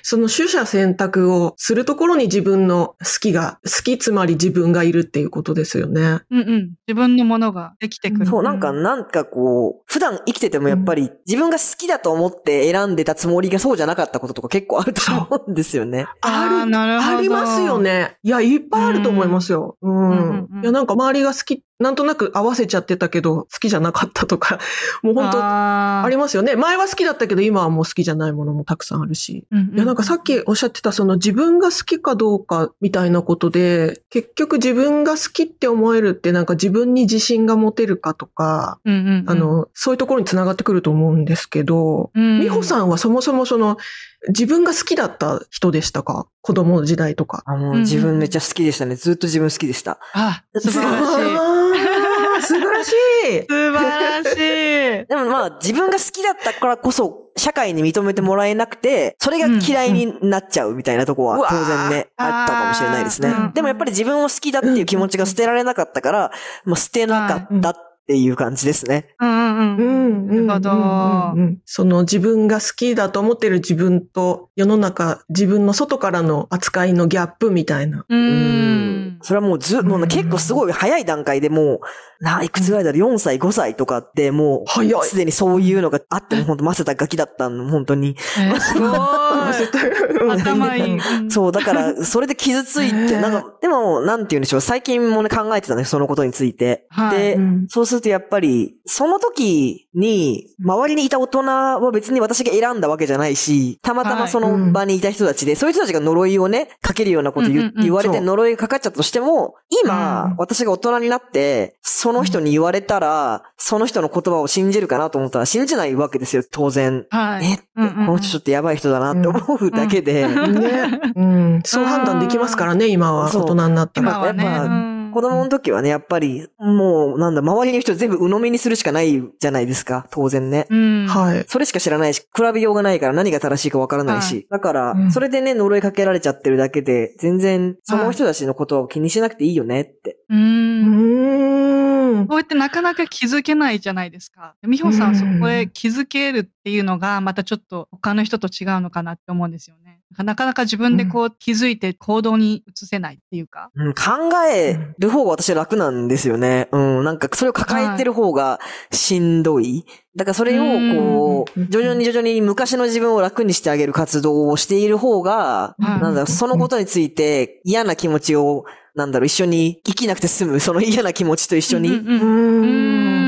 Speaker 3: その取捨選択をするところに自分の好きが、好きつまり自分がいるっていうことですよね。
Speaker 1: うんうん。自分のものができてくる。
Speaker 4: そう、なんか、なんかこう、普段生きててもやっぱり自分が好きだと思って選んでたつもりがそうじゃなかったこととか結構あると思うんですよね。
Speaker 1: あーなるほど
Speaker 3: ありますよね。いや、いっぱいあると思いますよ。うん。
Speaker 1: うんうんうん
Speaker 3: いや、なんか周りが好き、なんとなく合わせちゃってたけど、好きじゃなかったとか、 もう本当あ
Speaker 1: あー
Speaker 3: りますよね。前は好きだったけど、今はもう好きじゃないものもたくさんあるし。
Speaker 1: うんうん
Speaker 3: いや、なんかさっきおっしゃってた、その自分が好きかどうかみたいなことで、結局自分が好きって思えるって、なんか自分に自信が持てるかとか、
Speaker 1: うんうんうん、
Speaker 3: あの、そういうところにつながってくると思うんですけど、
Speaker 1: うん、
Speaker 3: 美穂さんはそもそもその、自分が好きだった人でしたか子供の時代とか。
Speaker 4: あも
Speaker 1: うんう
Speaker 4: うん自分めっちゃ好きでしたね。ずっと自分好きでした。
Speaker 1: あ、素晴らし い。
Speaker 3: あー素晴らし い。
Speaker 1: 素晴らしい。
Speaker 4: でもまあ自分が好きだったからこそ社会に認めてもらえなくて、それが嫌いになっちゃうみたいなとこ
Speaker 3: うんう
Speaker 4: は
Speaker 3: わ
Speaker 4: 当
Speaker 3: ー
Speaker 4: 然ね、あったかもしれないですね
Speaker 1: あーうん。
Speaker 4: でもやっぱり自分を好きだっていう気持ちが捨てられなかったから、まあ捨てなかったっていう感じですね。
Speaker 1: うんうんうん。なるほど。
Speaker 3: うんうんその自分が好きだと思ってる自分と世の中、自分の外からの扱いのギャップみたいな。
Speaker 1: う。
Speaker 4: うんそれはもうず、もうね
Speaker 3: うん
Speaker 4: 結構すごい早い段階でもう、な、いくつぐらいだろう、4歳、5歳とかってもう、
Speaker 3: 早い。
Speaker 4: すでにそういうのがあっても本当マセたガキだったの、本当に。
Speaker 1: えーすごい。頭いい。うん
Speaker 4: そう、だから、それで傷つい
Speaker 3: ね
Speaker 4: て、なんか、でも、なんて言うんでしょう、最近もね、考えてたね、そのことについて。
Speaker 1: はい
Speaker 4: で、
Speaker 3: うん
Speaker 4: そうするとやっぱり、その時に、周りにいた大人は別に私が選んだわけじゃないし、たまた
Speaker 1: は
Speaker 4: ま
Speaker 1: い
Speaker 4: その場にいた人たちで、そういう人たちが呪いをね、かけるようなこと
Speaker 1: うんう
Speaker 4: 言,、
Speaker 1: んうん
Speaker 4: 言われ
Speaker 3: そ
Speaker 4: て
Speaker 3: う
Speaker 4: 呪いがかかっちゃったとしても、今、
Speaker 3: うん
Speaker 4: 私が大人になって、その人に言われたら、その人の言葉を信じるかなと思ったら信じないわけですよ、当然。
Speaker 1: はい。
Speaker 4: え、
Speaker 1: うんうんうん
Speaker 4: この人ちょっとやばい人だなって思うだけで、
Speaker 3: ね。うん。そう判断できますからね、今は。
Speaker 4: そ
Speaker 3: 大
Speaker 4: う
Speaker 3: 人になった
Speaker 1: 今
Speaker 3: ら。
Speaker 1: はね。
Speaker 4: やっぱ
Speaker 1: うん
Speaker 4: 子供の時はね、やっぱり、もう、なんだ、周りの人全部鵜呑みにするしかないじゃないですか、当然ね。
Speaker 1: うん。
Speaker 3: はい。
Speaker 4: それしか知らないし、比べようがないから何が正しいかわからないし。だか
Speaker 3: う
Speaker 4: ら、
Speaker 3: ん
Speaker 4: それでね、呪いかけられちゃってるだけで、全然、その人たちのことを気にしなくていいよねって。
Speaker 1: う
Speaker 3: うー
Speaker 1: ん。
Speaker 3: ん。
Speaker 1: こうやってなかなか気づけないじゃないですか。美穂さん、そこへ気づけるっていうのが、またちょっと他の人と違うのかなって思うんですよね。なかなか自分でこう気づいて行動に移せないっていうか。
Speaker 4: うん、考える方が私は楽なんですよね。うん、なんかそれを抱えてる方がしんどい。だからそれをこ
Speaker 3: う
Speaker 4: う、
Speaker 3: ん
Speaker 4: 徐々に徐々に昔の自分を楽にしてあげる活動をしている方が、
Speaker 1: はい
Speaker 4: なんだろう、そのことについて嫌な気持ちを、なんだろう、一緒に生きなくて済む、その嫌な気持ちと一緒に。
Speaker 1: うんうんう
Speaker 3: ん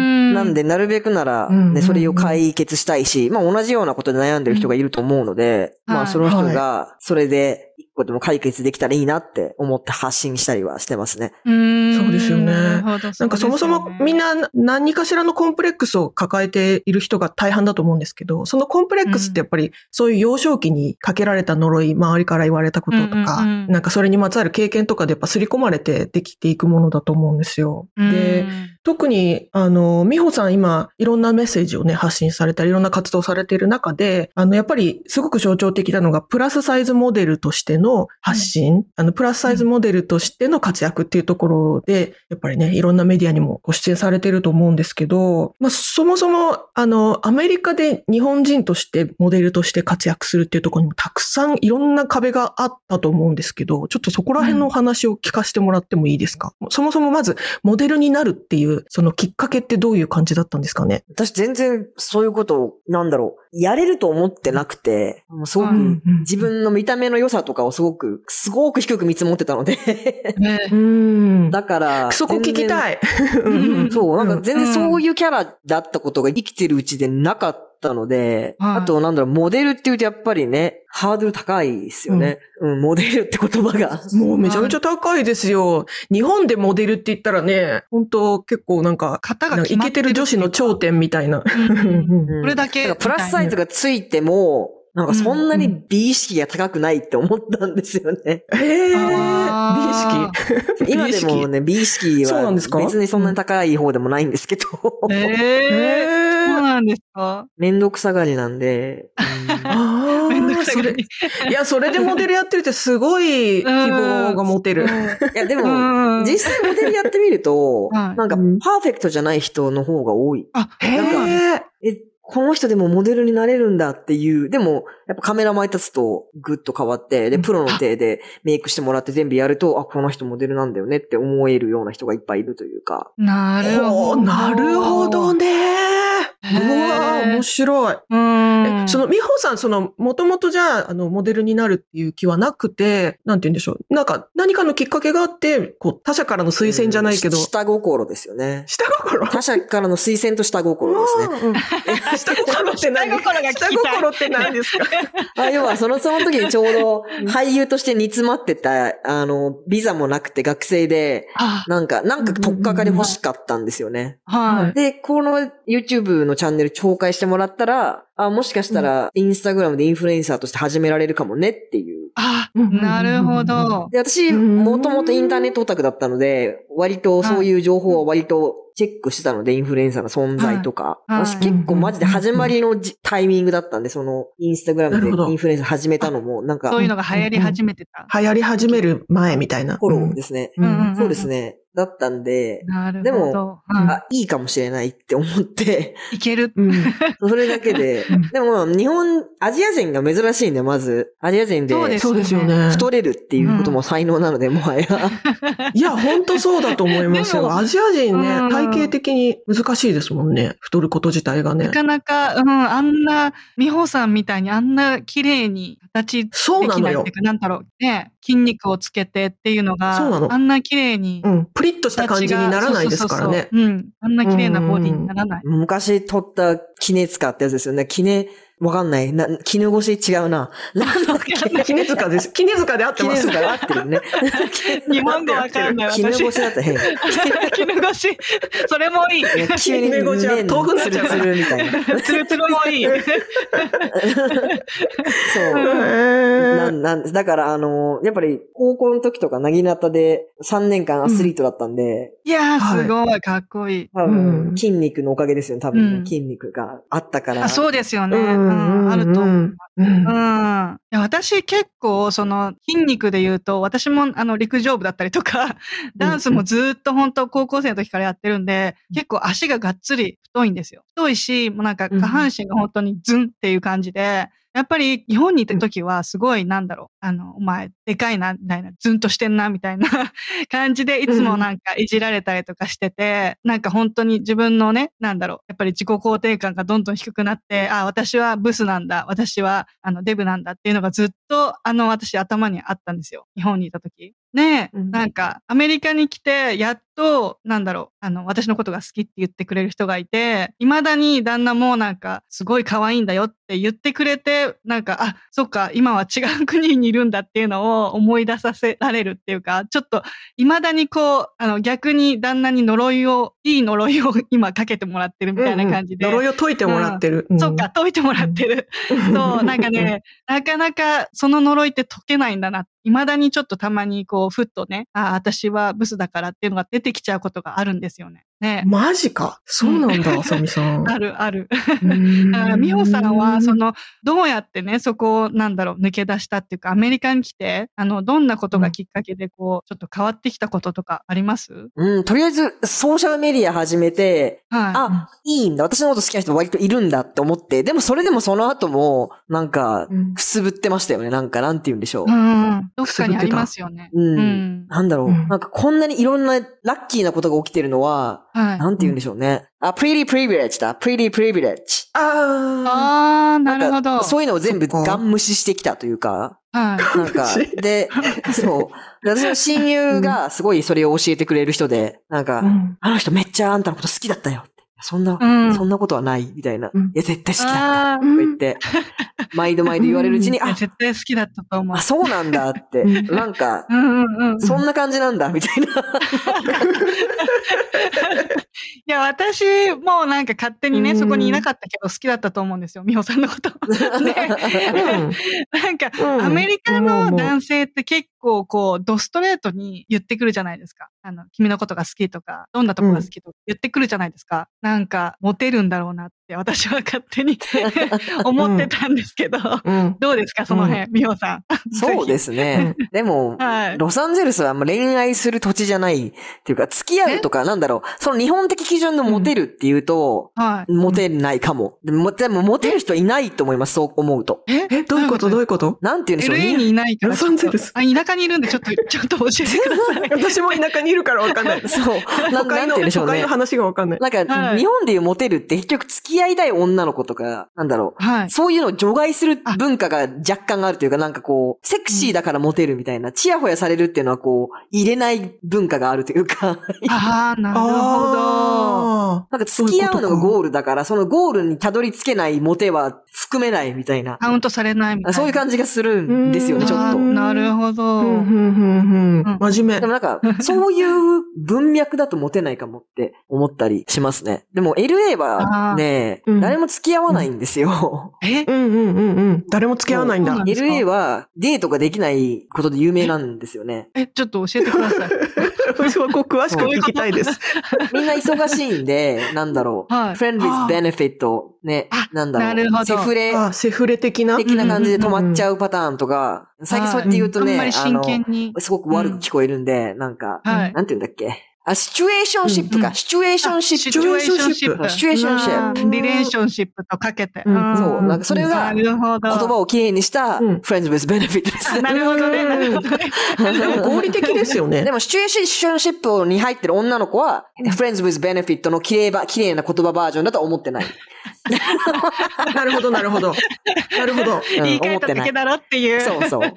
Speaker 1: ん
Speaker 4: なんで、なるべくなら、
Speaker 3: うん
Speaker 4: ね、それを解決したいし、まあ同じようなことで悩んでる人がいると思うので、
Speaker 1: うんは
Speaker 4: まあ
Speaker 1: い
Speaker 4: その人が、それで一個でも解決できたらいいなって思って発信したりはしてますね。
Speaker 1: うん
Speaker 3: そうですよね
Speaker 1: なるほど
Speaker 3: なんかそもそもみん、な何かしらのコンプレックスを抱えている人が大半だと思うんですけど、そのコンプレックスってやっぱりそういう幼少期にかけられた呪い、周りから言われたこととか、
Speaker 1: うんうんうん
Speaker 3: なんかそれにまつわる経験とかでやっぱ刷り込まれてできていくものだと思うんですよ。
Speaker 1: そうですよ
Speaker 3: で、
Speaker 1: ね
Speaker 3: 特に、あの、美穂さん今、いろんなメッセージをね、発信されたり、いろんな活動されている中で、あの、やっぱり、すごく象徴的なのが、プラスサイズモデルとしての発信、あの、プラスサイズモデルとしての活躍っていうところで、やっぱりね、いろんなメディアにもご出演されていると思うんですけど、まあ、そもそも、あの、アメリカで日本人として、モデルとして活躍するっていうところにも、たくさんいろんな壁があったと思うんですけど、ちょっとそこら辺のお話を聞かせてもらってもいいですか、そもそもまず、モデルになるっていう、そのきっかけってどういう感じだったんですかね。
Speaker 4: 私全然そういうことを、なんだろう、やれると思ってなくて、もうすご
Speaker 1: うん
Speaker 4: く、自分の見た目の良さとかをすごく、すごく低く見積もってたので、
Speaker 1: ね
Speaker 3: うん。
Speaker 4: だから、
Speaker 3: そこ聞き
Speaker 4: い。
Speaker 3: たい。
Speaker 1: 然
Speaker 4: そう、なんか全
Speaker 1: う
Speaker 4: 然
Speaker 1: ん
Speaker 4: そういうキャラだったことが生きてるうちでなかったので、
Speaker 1: はい
Speaker 4: あとなんだろう、モデルっていうとやっぱりね、ハードル高いですよね。うん、モデルって言葉が。
Speaker 3: もうめちゃめちゃ高いですよ。日本でモデルって言ったらね、本当結構なんか、
Speaker 1: 型
Speaker 3: な
Speaker 1: が
Speaker 3: んかイケてる女子の頂点みたいな。
Speaker 1: うんうん
Speaker 4: うん
Speaker 1: これだけ
Speaker 4: なんかプラスサイズがついても、なんかそんなに美意識が高くないって思ったんですよね。
Speaker 3: へえ。美意
Speaker 1: あ
Speaker 3: 識。
Speaker 4: 今でもね、美意識
Speaker 3: そうな
Speaker 4: は
Speaker 3: んですか
Speaker 4: 別にそんなに高い方でもないんですけど、
Speaker 1: えーそ
Speaker 3: へ
Speaker 1: う
Speaker 3: ー
Speaker 1: なんですか
Speaker 4: めんどくさがりなんで、
Speaker 3: あ
Speaker 1: めんど
Speaker 3: ー
Speaker 1: くさ
Speaker 3: そ
Speaker 1: い
Speaker 3: れいや、それでモデルやってるってすごい希望が持てる。
Speaker 4: うんいやで
Speaker 1: う
Speaker 4: も、
Speaker 1: ん
Speaker 4: 実際モデルやってみると、
Speaker 1: はい
Speaker 4: なんかパ
Speaker 3: うん
Speaker 4: ーフェクトじゃない人の方が多い。
Speaker 1: あ、
Speaker 3: へ
Speaker 1: そうなんです
Speaker 3: え。
Speaker 4: え、この人でもモデルになれるんだっていう、でも、やっぱカメラ前立つとグッと変わって、で、プロの手でメイクしてもらって全部やると、あ、この人モデルなんだよねって思えるような人がいっぱいいるというか。
Speaker 1: なるほ
Speaker 3: お
Speaker 1: ど。
Speaker 3: ーなるほどね。うわー面白い。
Speaker 1: うん。
Speaker 3: え、その、美穂さん、その、もともとじゃあ、あの、モデルになるっていう気はなくて、なんて言うんでしょう。なんか、何かのきっかけがあって、こう、他者からの推薦じゃないけど、
Speaker 4: し下心ですよね。
Speaker 3: 下心
Speaker 4: 他者からの推薦と下心ですね。
Speaker 3: うんえ下心って何
Speaker 1: 下心が聞きたい
Speaker 3: 下心って何ですか
Speaker 4: あ要は、その、その時にちょうど、俳優として煮詰まってた、あの、ビザもなくて学生で、
Speaker 1: あ、
Speaker 4: なんか、なんか取っかかり欲しかったんですよね。
Speaker 1: はい。
Speaker 4: で、この YouTube のチャンネル紹介してもらったら、あ、もしかしたら、インスタグラムでインフルエンサーとして始められるかもねっていう。
Speaker 1: あ、なるほど。
Speaker 4: で、私、
Speaker 3: うん
Speaker 4: もともとインターネットオタクだったので、割とそういう情報は割とチェックしてたので、インフルエンサーの存在とか。
Speaker 1: はいはい
Speaker 4: 私結構マジで始まりのじタイミングだったんで、そのインスタグラム
Speaker 3: なるほど
Speaker 4: でインフルエンサー始めたのも、なんか
Speaker 1: そう、いうのが流行り始めてた。
Speaker 3: 流行り始める前みたいな。
Speaker 4: 頃ですね。
Speaker 3: うん
Speaker 1: うん
Speaker 4: そうですね。だったんで、
Speaker 1: なる
Speaker 4: で
Speaker 1: ほど
Speaker 4: も。
Speaker 1: は
Speaker 4: あ、いいかもしれないって思って、
Speaker 1: いいける。
Speaker 3: うん
Speaker 4: それだけで
Speaker 3: うん。
Speaker 4: でも、日本、アジア人が珍しいんで、まず。アジア人で
Speaker 1: そうです
Speaker 3: そうですよね。
Speaker 4: 太れるっていうことも才能なので、もはや。
Speaker 3: いや、本当そうだと思います
Speaker 1: で
Speaker 3: よ。
Speaker 1: も
Speaker 3: アジア人ね
Speaker 1: うん、
Speaker 3: 体型的に難しいですもんね。太ること自体がね
Speaker 1: な。かなか、うん、あんな、美穂さんみたいにあんな綺麗に形で
Speaker 3: そうな
Speaker 1: き
Speaker 3: の
Speaker 1: ないっ
Speaker 3: よ
Speaker 1: ていう。か、なんだろう、ね、筋肉をつけてっていうの
Speaker 3: そうな
Speaker 1: が、
Speaker 3: の
Speaker 1: あんな綺麗に
Speaker 3: う、ん。プリッとした感じにならないですから
Speaker 1: そうそう
Speaker 3: ね
Speaker 1: そう。そううん。あんな綺麗なボディにならない。
Speaker 4: 昔撮ったキネツカってやつですよね。キネ、わかんない。な、絹ごし違うな。なんだっけ
Speaker 3: 絹 塚です。絹塚で合って
Speaker 4: キ
Speaker 3: ま
Speaker 4: ネ
Speaker 3: す
Speaker 4: ツ。カ合ってるね。
Speaker 1: 日本語わかんない、
Speaker 4: 絹
Speaker 1: 私。
Speaker 4: ごしだったら変。
Speaker 1: 絹ごし。それもいい。
Speaker 4: いや急に
Speaker 3: 絹ごしは
Speaker 4: 麺
Speaker 3: 遠くなっ
Speaker 4: ツ
Speaker 3: ちゃう
Speaker 4: ルツルみたいな。
Speaker 1: つるつるもいい。
Speaker 4: そう。な
Speaker 3: へー
Speaker 4: ん、なん、だから、あの、やっぱり、高校の時とか、なぎなたで3年間アスリートだったんで、
Speaker 1: いやー、
Speaker 3: はい
Speaker 1: すごい、かっこいい。
Speaker 4: 多
Speaker 3: う
Speaker 4: 分、
Speaker 3: ん
Speaker 4: 筋肉のおかげですよね、多分ね、
Speaker 1: うん
Speaker 4: 筋肉があったから。
Speaker 1: あそううですよ
Speaker 3: う
Speaker 1: ね。うんん、あると思う。
Speaker 3: う
Speaker 1: うん、
Speaker 3: ん
Speaker 1: いや私結構その筋肉で言うと私もあの陸上部だったりとかダンスもずーっと本当高校生の時からやってるんで結構足ががっつり太いんですよ。太いしもうなんか下半身が本当にズンっていう感じでやっぱり日本にいた時はすごいなんだろう、あの、お前、でかいな、みたいな、ズンとしてんな、みたいな 感じで、いつもなんかいじられたりとかしてて、なんか本当に自分のね、なんだろう、やっぱり自己肯定感がどんどん低くなって、あ、私はブスなんだ、私はあのデブなんだっていうのがずっと、あの、私頭にあったんですよ。日本にいた時。ねえ、
Speaker 3: うん
Speaker 1: なんか、アメリカに来て、やっと、なんだろう、あの、私のことが好きって言ってくれる人がいて、未だに旦那もなんか、すごい可愛いんだよって言ってくれて、なんか、あ、そっか、今は違う国にいるんだっていうのを思い出させられるっていうか、ちょっと、未だにこう、あの、逆に旦那に呪いを、いい呪いを今かけてもらってるみたいな感じで。
Speaker 3: うんうん呪いを解いてもらってる。ん
Speaker 1: そっか、。解いてもらってる。そう、なんかね、なかなかその呪いって解けないんだな。未だにちょっとたまにこう、ふっとね、ああ、私はブスだからっていうのが出てきちゃうことがあるんですよね。ね。
Speaker 3: マジか。そうなんだ、あさみ さん。
Speaker 1: あるある。
Speaker 3: うん
Speaker 1: だから、美穂さんは、そ、の、どうやってね、そこを、なんだろう、抜け出したっていうか、アメリカに来て、あの、どんなことがきっかけで、こう、ちょっと変わってきたこととかあります
Speaker 4: うん、とりあえず、ソーシャルメディア始めて、
Speaker 1: は
Speaker 4: あ、いいんだ。私のこと好きな人割といるんだって思って、でもそれでもその後も、なんか
Speaker 3: う、ん
Speaker 4: くすぶってましたよね。なんか、なんて言うんでしょう
Speaker 1: い。う。ん。どっかにありますよね。
Speaker 4: うん
Speaker 1: うん。
Speaker 4: なんだろう。
Speaker 3: うん
Speaker 4: なんか、こんなにいろんなラッキーなことが起きてるのは、
Speaker 1: はい。
Speaker 4: なんて言うんでしょうね。あ、pretty privilege だ。pretty privilege。
Speaker 3: あ
Speaker 1: あー、なるほ
Speaker 4: ん
Speaker 1: ど。
Speaker 4: かそういうのを全部
Speaker 3: そっか
Speaker 4: ガン無視してきたというか、
Speaker 1: はい。
Speaker 4: なんか
Speaker 3: 無視、
Speaker 4: で、そう。で私の親友がすごいそれを教えてくれる人で、なん
Speaker 3: あ
Speaker 4: か、
Speaker 3: うん
Speaker 4: あの人めっちゃあんたのこと好きだったよって。そんな、
Speaker 1: うん
Speaker 4: そんなことはない、みたいな。
Speaker 3: うん
Speaker 4: いや、絶対好きだっ
Speaker 1: あ
Speaker 4: た。とか言って、毎度毎度言われるうちに、
Speaker 1: あ、いや
Speaker 4: あ、
Speaker 1: 絶対好きだったと思う
Speaker 4: あ、。そうなんだって。
Speaker 3: うん
Speaker 4: なんか、
Speaker 1: うんうんうん。い
Speaker 4: そんな感じなんだ、みたいな。
Speaker 1: や、私もなんか勝手にね、
Speaker 3: うん
Speaker 1: そこにいなかったけど好きだったと思うんですよ。美穂さんの こと。ね、なんか、
Speaker 3: うん
Speaker 1: アメリカ
Speaker 3: もう
Speaker 1: の
Speaker 3: もう
Speaker 1: 男性って結構こう、ドストレートに言ってくるじゃないですか。あの、君のことが好きとか、どんなとこが好きとか言ってくるじゃないですか。なんか、モテるんだろうなって私は勝手に 思ってたんですけど。
Speaker 3: うん。
Speaker 1: どうですかその辺、美穂さん。。
Speaker 4: そうですすね。でも、
Speaker 1: はい。
Speaker 4: ロサンゼルスはあんま恋愛する土地じゃないっていうか、付き合うとか、なんだろう、その日本的基準のモテるっていうと、
Speaker 1: は
Speaker 4: モテないかも。でも、でもモテる人いないと思います、そう思うと。
Speaker 1: い。え
Speaker 3: え、どういうことどういうこと
Speaker 4: なんて言うんでしょう
Speaker 1: LA
Speaker 4: に
Speaker 1: にいないから。
Speaker 3: ロサンゼルス
Speaker 1: ちょっとあ、田舎にいるんで、ちょっと、ちょっと教えてくださ い。
Speaker 3: 私も田舎にいるからわかんない。
Speaker 4: そう。な
Speaker 3: 都
Speaker 4: んなんて言
Speaker 3: 会の、
Speaker 4: うんでしょう
Speaker 3: 都会
Speaker 4: ね
Speaker 3: の。話がわかんない。
Speaker 4: なんか、
Speaker 1: はい
Speaker 4: 日本でいうモテるって結局付き合いたい女の子とか、なんだろう。
Speaker 1: はい。
Speaker 4: そういうのを除外する文化が若干あるというか、なんかこう、セクシーだからモテるみたいな、チヤホヤされるっていうのはこう、入れない文化があるというか、
Speaker 1: ああ、なるほど。
Speaker 3: あ
Speaker 4: なんか付き合うの
Speaker 3: そうい
Speaker 4: が
Speaker 3: うことか
Speaker 4: ゴールだから、そのゴールにたどり着けないモテは含めないみたいな、
Speaker 1: カウントされないみたいな。
Speaker 4: そういう感じがするんですよね、
Speaker 3: うん
Speaker 4: ちょっ
Speaker 1: あ
Speaker 4: と
Speaker 1: ー。なるほ
Speaker 3: ー。
Speaker 1: ど。
Speaker 3: うん、うん、うん、うん。真面
Speaker 4: で
Speaker 3: 目
Speaker 4: も。なんか、そういう文脈だとモテないかもって思ったりしますね。でも LA はね、
Speaker 3: あーうん
Speaker 4: 誰も付き合わないんですよ。
Speaker 1: え
Speaker 3: うん、うん、うん、うん。誰も付き合わないん
Speaker 1: そう
Speaker 3: だ
Speaker 1: なん。 ですか
Speaker 4: LA はデートができないことで有名なんですよね。
Speaker 1: え、ちょっと教えてくだ さい。
Speaker 3: そこ詳しく聞きたいです。
Speaker 4: みんな忙しいんで、なんだろう。
Speaker 1: はい
Speaker 4: フレンド with
Speaker 3: あー
Speaker 4: benefit ね
Speaker 1: あ、
Speaker 4: なんだろう。
Speaker 1: なるほど
Speaker 4: セフレ
Speaker 3: あ、セフレ的な。
Speaker 4: 的な感じで止まっち
Speaker 3: う
Speaker 4: ゃうパターンとか、最近そうやって言う
Speaker 1: あ
Speaker 4: と
Speaker 1: ん
Speaker 4: ね、
Speaker 1: まり真剣に。
Speaker 4: すごく悪く聞こえるんで、なんか、
Speaker 1: はい。
Speaker 4: なんて言うんだっけ。あ、シチュエーションシップ
Speaker 1: う
Speaker 4: か。
Speaker 1: ん
Speaker 4: シチュエーションシップ。
Speaker 1: シチュエーションシップ。
Speaker 4: シチュエーションシッ
Speaker 3: プ
Speaker 1: うんリレーションシップとかけて。
Speaker 3: うん
Speaker 1: ん
Speaker 4: そうなんかそれが
Speaker 1: なるほど。
Speaker 4: 言葉をきれいにした、
Speaker 3: うん
Speaker 4: friends with benefit で
Speaker 1: あ
Speaker 4: す。
Speaker 1: なるほどね。なるほどね。
Speaker 3: でも合理的ですよね。
Speaker 4: でも、シチュエーションシップに入ってる女の子は、friends with benefit のきれいば、きれいな言葉バージョンだとは思ってない。
Speaker 3: なるほど、なるほど。なるほど。
Speaker 4: う ん
Speaker 1: 言い換
Speaker 4: 思
Speaker 1: え
Speaker 4: った
Speaker 1: だ
Speaker 4: てな
Speaker 1: け
Speaker 4: い。
Speaker 1: だろっていう。
Speaker 4: そうそう。
Speaker 3: うん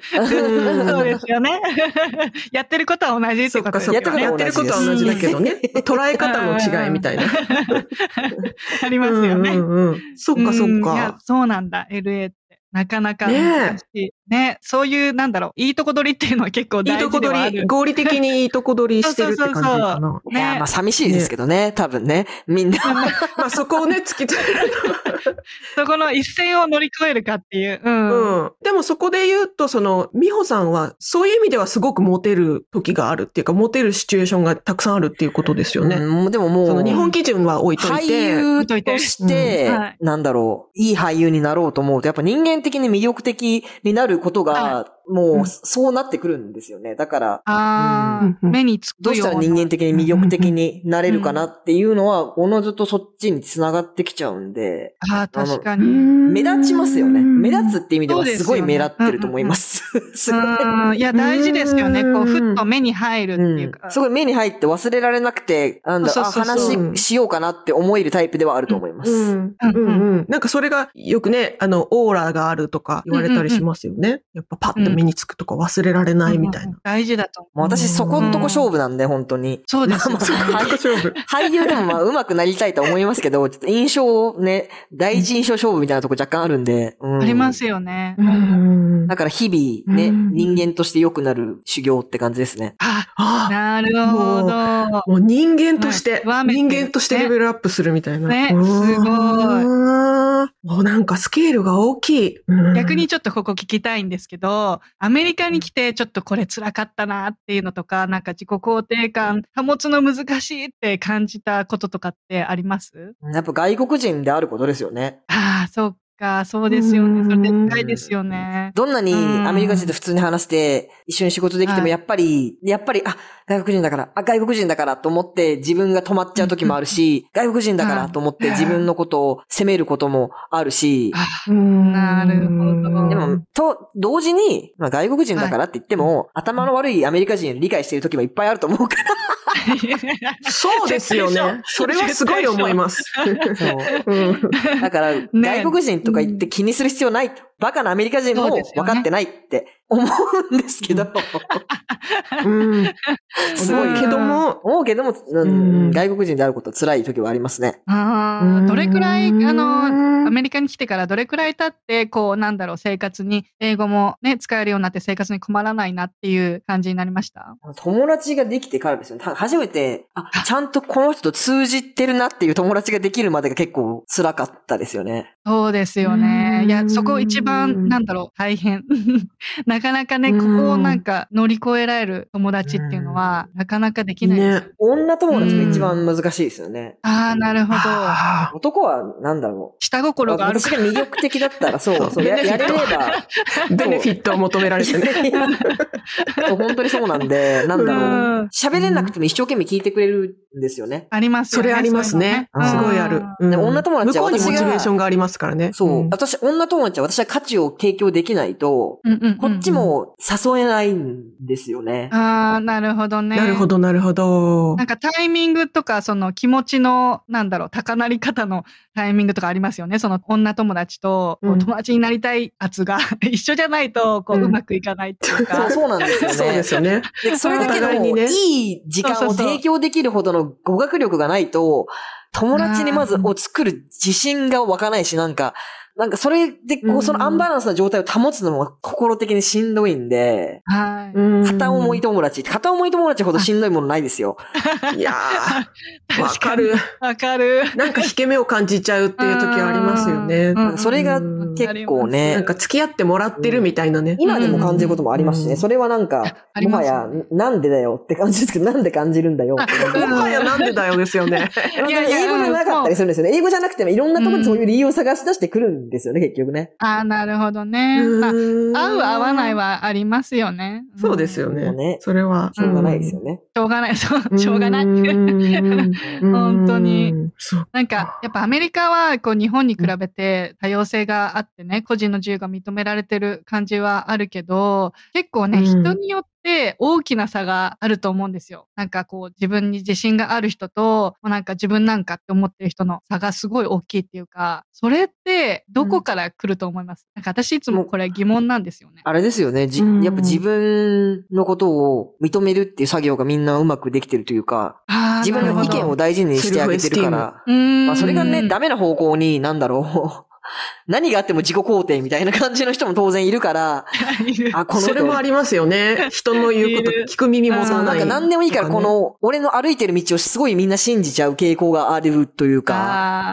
Speaker 1: そうですよね。 やってることは同じって
Speaker 3: そっ
Speaker 1: こと
Speaker 3: か
Speaker 1: です
Speaker 3: そ
Speaker 1: よ
Speaker 3: っ
Speaker 1: ね。
Speaker 3: か。
Speaker 4: や
Speaker 3: や
Speaker 4: っ
Speaker 3: って
Speaker 4: る
Speaker 3: てる
Speaker 4: こ
Speaker 3: ことと
Speaker 4: は
Speaker 3: は
Speaker 4: 同
Speaker 3: 同
Speaker 4: じ
Speaker 3: じ
Speaker 4: で
Speaker 3: だ
Speaker 4: す
Speaker 3: けどね。捉え方の違いみたいな。
Speaker 1: あります
Speaker 3: う
Speaker 1: よ
Speaker 3: ん
Speaker 1: ね。
Speaker 3: うんうん。そっかそ
Speaker 1: うん
Speaker 3: っ
Speaker 1: いや
Speaker 3: か。
Speaker 1: そうなんだ、LA って。なかなか難しい。ねそういう、なんだろう、いいとこ取りっていうのは結構
Speaker 3: いい
Speaker 1: 大
Speaker 3: と
Speaker 1: 事
Speaker 3: こ
Speaker 1: ではあ
Speaker 3: 取
Speaker 1: る。
Speaker 3: り、合理的にいいとこ取りしてるって感じかな。
Speaker 4: いや、
Speaker 1: ね
Speaker 4: まあ、寂しいですけどね、多分ね。みんな。
Speaker 3: まあそこをね、突き詰める
Speaker 1: そこの一線を乗り越えるかっていう。うん。
Speaker 3: と。うん。でもそこで言うと、その、美穂さんは、そういう意味ではすごくモテる時があるっていうか、モテるシチュエーションがたくさんあるっていうことですよね。
Speaker 4: うんでももう。
Speaker 3: その日本基準は置いとい
Speaker 4: 俳
Speaker 3: て。
Speaker 4: 優とし
Speaker 1: うん
Speaker 4: て
Speaker 1: はい、
Speaker 4: なんだろう、いい俳優になろうと思うと、やっぱ人間的に魅力的になること
Speaker 1: は
Speaker 4: がも
Speaker 3: う
Speaker 4: う、
Speaker 3: ん
Speaker 4: そうなってくるんですよね。だから、
Speaker 1: あー、
Speaker 3: うん
Speaker 1: 目につく
Speaker 4: どうしたら人間的に魅力的になれるかなっていうのは、おのずとそっちに繋がってきちゃうんで、
Speaker 1: ああ、確かに。うん
Speaker 4: 目
Speaker 3: 目
Speaker 4: 立ちますよね。目立つって意味では
Speaker 1: そうですす
Speaker 4: ごい
Speaker 1: よね
Speaker 4: 目立ってると思います。すごい。
Speaker 1: いや、大事ですよね。こう、ふっと目に入るって
Speaker 4: う
Speaker 1: いうんか。
Speaker 4: すごい目に入って忘れられなくて、なんだ、
Speaker 1: そう
Speaker 4: あ、
Speaker 1: そうそうそう
Speaker 4: 話しようかなって思えるタイプではあると思います。
Speaker 3: うん。
Speaker 1: う
Speaker 3: うんん
Speaker 1: うん
Speaker 3: うん。なんかそれがよくね、あの、オーラがあるとか言われたりしますよね。やっぱパッと目につくとか忘れられないみたいな。
Speaker 1: 大事だと思う。
Speaker 4: もう私そこんとこ勝負なんで、本当に。
Speaker 1: そう ですよ
Speaker 4: ま
Speaker 1: ね
Speaker 4: あまあ
Speaker 3: 勝負。
Speaker 4: 俳優でもまあ上手くなりたいとは思いますけど、ちょっと印象をね、第一印象勝負みたいなとこ若干あるんで。うん
Speaker 1: ありますよね。
Speaker 3: うん
Speaker 4: だから日々ね、
Speaker 3: うん
Speaker 4: 人間として良くなる修行って感じですね。
Speaker 1: あ、
Speaker 3: ああ、
Speaker 1: なるほど。
Speaker 3: もう人間とし
Speaker 1: はい
Speaker 3: て、
Speaker 1: 極めて
Speaker 3: 人間としてレベルアップするみたいな。
Speaker 1: ね
Speaker 3: うん
Speaker 1: すごい
Speaker 3: もうなんかスケールが大きい。うん
Speaker 1: 逆に、ちょっとここ聞きたいんですけど、アメリカに来てちょっとこれ辛かったなっていうのとか、なんか自己肯定感保つの難しいって感じたこととかってあります
Speaker 4: やっぱ外国人であることですよね。
Speaker 1: ああ、そうか、そうですよね。
Speaker 3: うん
Speaker 1: それで辛いですよね。
Speaker 4: どんなに
Speaker 1: うん
Speaker 4: アメリカ人と普通に話して、一緒に仕事できて
Speaker 1: は
Speaker 4: も、
Speaker 1: い
Speaker 4: やっぱり、やっぱり、あ、外国人だから、あ、外国人だからと思って自分が止まっちゃう時もあるし、 外国人だからと思って自分のことを責めることもあるし、
Speaker 1: あ
Speaker 3: うん
Speaker 1: なるほど
Speaker 4: で
Speaker 1: う
Speaker 4: も、と、同時に、まあ外国人だからって言っても、頭の悪いアメリカ人より理解している時もいっぱいあると思うから。
Speaker 3: そうですよね。それはすごい思います。うん
Speaker 4: だから、外国人とか言って気にする必要ないと。バカなアメリカ人も
Speaker 1: そうですよ
Speaker 4: 分
Speaker 1: ね
Speaker 4: かってないって思うんですけど、
Speaker 3: うん。
Speaker 4: すごい
Speaker 1: うん
Speaker 3: けども、
Speaker 4: 思うけども、う
Speaker 3: うんん
Speaker 4: 外国人であることは辛い時はありますね。
Speaker 1: ああ、どれくらい、あの、
Speaker 3: の
Speaker 1: アメリカに来てからどれくらい経って、こう、なんだろう、生活に、英語もね、使えるようになって生活に困らないなっていう感じになりました
Speaker 4: 友達ができてからですよね。た初めて、あ、ちゃんとこの人と通じてるなっていう友達ができるまでが結構辛かったですよね。
Speaker 1: そうですよね。いや、そこ一番、なんだろう、大変。 なかなかね、ここをなんか乗り越えられる友達っていうのは、なかなかできないですよ。
Speaker 3: ね
Speaker 4: 女友達が一番難しいですよね。
Speaker 1: ああ、なるほど。
Speaker 3: あ
Speaker 4: 男はなんだろう。
Speaker 1: 下心がある
Speaker 4: 私
Speaker 1: か
Speaker 4: が魅力的だったら、 そう、そう、や
Speaker 3: ベネ
Speaker 4: や
Speaker 3: フィッ
Speaker 4: れ
Speaker 3: ト
Speaker 4: れば。
Speaker 3: ーベネフィットを求められてね。
Speaker 4: いやそう本当にそうなんで、なんだろ
Speaker 1: う。
Speaker 4: うん喋れなくても一生懸命聞いてくれるんですよね。
Speaker 1: ありますよ
Speaker 3: そ
Speaker 1: ね。
Speaker 3: れありますね。
Speaker 4: そういうの
Speaker 3: す
Speaker 4: ね
Speaker 3: ごいある。うん
Speaker 4: で女友達
Speaker 3: 向
Speaker 4: は
Speaker 3: こうに
Speaker 4: 私が
Speaker 3: モチベーションがありますからね。
Speaker 4: そう。
Speaker 3: ん
Speaker 4: 私、女友達は私は価値を提供できないと、
Speaker 1: そういうのね。うんうんうん
Speaker 4: こっち。も誘えないんですよね。
Speaker 1: ああ、なるほどね。
Speaker 3: なるほど、なるほど
Speaker 1: な。んかタイミングとか、その気持ちの、なんだろう、高鳴り方のタイミングとかありますよね。その女友達と、こう
Speaker 3: うん
Speaker 1: 友達になりたい圧が 一緒じゃないと、こう、
Speaker 3: う
Speaker 1: うんまくいかないっていう
Speaker 4: そ
Speaker 1: か
Speaker 4: う、。そうなんですよね。
Speaker 3: そうですよね。
Speaker 4: でそれだけ
Speaker 3: お互い
Speaker 4: ど、
Speaker 3: にね
Speaker 4: いい時間を提供できるほどの語学力がないと、友達にまず、を作る自信が湧かないし、なんか、なんかそれで、こ
Speaker 3: う
Speaker 4: う、
Speaker 3: ん
Speaker 4: そのアンバランスな状態を保つのも心的にしんどいんで、
Speaker 1: はい。
Speaker 3: 片
Speaker 4: 片思い。友達、片思い友達ほどしんどいものないですよ。
Speaker 3: いや ー、わかる。
Speaker 1: わかる。
Speaker 3: なんか引け目を感じちゃうっていう時ありますよね
Speaker 1: う。ん
Speaker 4: それが
Speaker 3: うん
Speaker 4: 結構
Speaker 3: な
Speaker 4: ね
Speaker 3: ん、か付き合ってもらってるみたいなね。
Speaker 4: 今でも感じることもありますし
Speaker 3: う
Speaker 4: ね、
Speaker 3: ん
Speaker 4: それはなんか、
Speaker 1: あり
Speaker 4: も
Speaker 1: ま
Speaker 4: は
Speaker 1: す
Speaker 4: や、なんでだよって感じですけど、なんで感じるんだよって感じ。
Speaker 3: もはやなんでだよですよね。
Speaker 4: まあ
Speaker 1: いやいや
Speaker 4: 英語じゃなかったりするんですよね。英語じゃなくてもいろんなところでそういう理由を探し出してくるんですよね、結局ね。
Speaker 1: ああ、なるほどね。まあ合
Speaker 3: 合
Speaker 1: う合わない。はありますよね。ん
Speaker 3: そうですよ
Speaker 4: もうね
Speaker 3: ね。それは。
Speaker 4: しょうがないですよね。
Speaker 1: しょうがない。そう、しょうがない。
Speaker 3: い。
Speaker 1: 本当に
Speaker 3: そう。
Speaker 1: なんか、やっぱアメリカは、こう、日本に比べて多様性があってね、個人の自由が認められてる感じはあるけど、結構ね、
Speaker 3: うん
Speaker 1: 人によって大きな差があると思うんですよ。なんかこう、自分に自信がある人と、もうなんか自分なんかって思ってる人の差がすごい大きいっていうか、それってどこから来ると思います、なんか私いつもこれ疑問なんですよね。
Speaker 4: あれですよね。じ
Speaker 3: うん
Speaker 4: やっぱ自分のことを認めるっていう作業がみんなうまくできてるというか、
Speaker 1: あー
Speaker 4: 自分の意見を、大事にしてあげてるか
Speaker 3: なる
Speaker 4: ら、
Speaker 1: なるほどうーん
Speaker 4: まあ、それがね、 ダメな方向に、なんだろう。 何があっても自己肯定みたいな感じの人も当然いるから、
Speaker 1: いる
Speaker 4: あ、この人
Speaker 3: それもありますよね。人の言うこと聞く耳も
Speaker 1: そ
Speaker 3: さ
Speaker 1: う
Speaker 4: な
Speaker 3: なんい。
Speaker 4: か何でもいいから、この、俺の歩いてる道をすごいみんな信じちゃう傾向があるというか、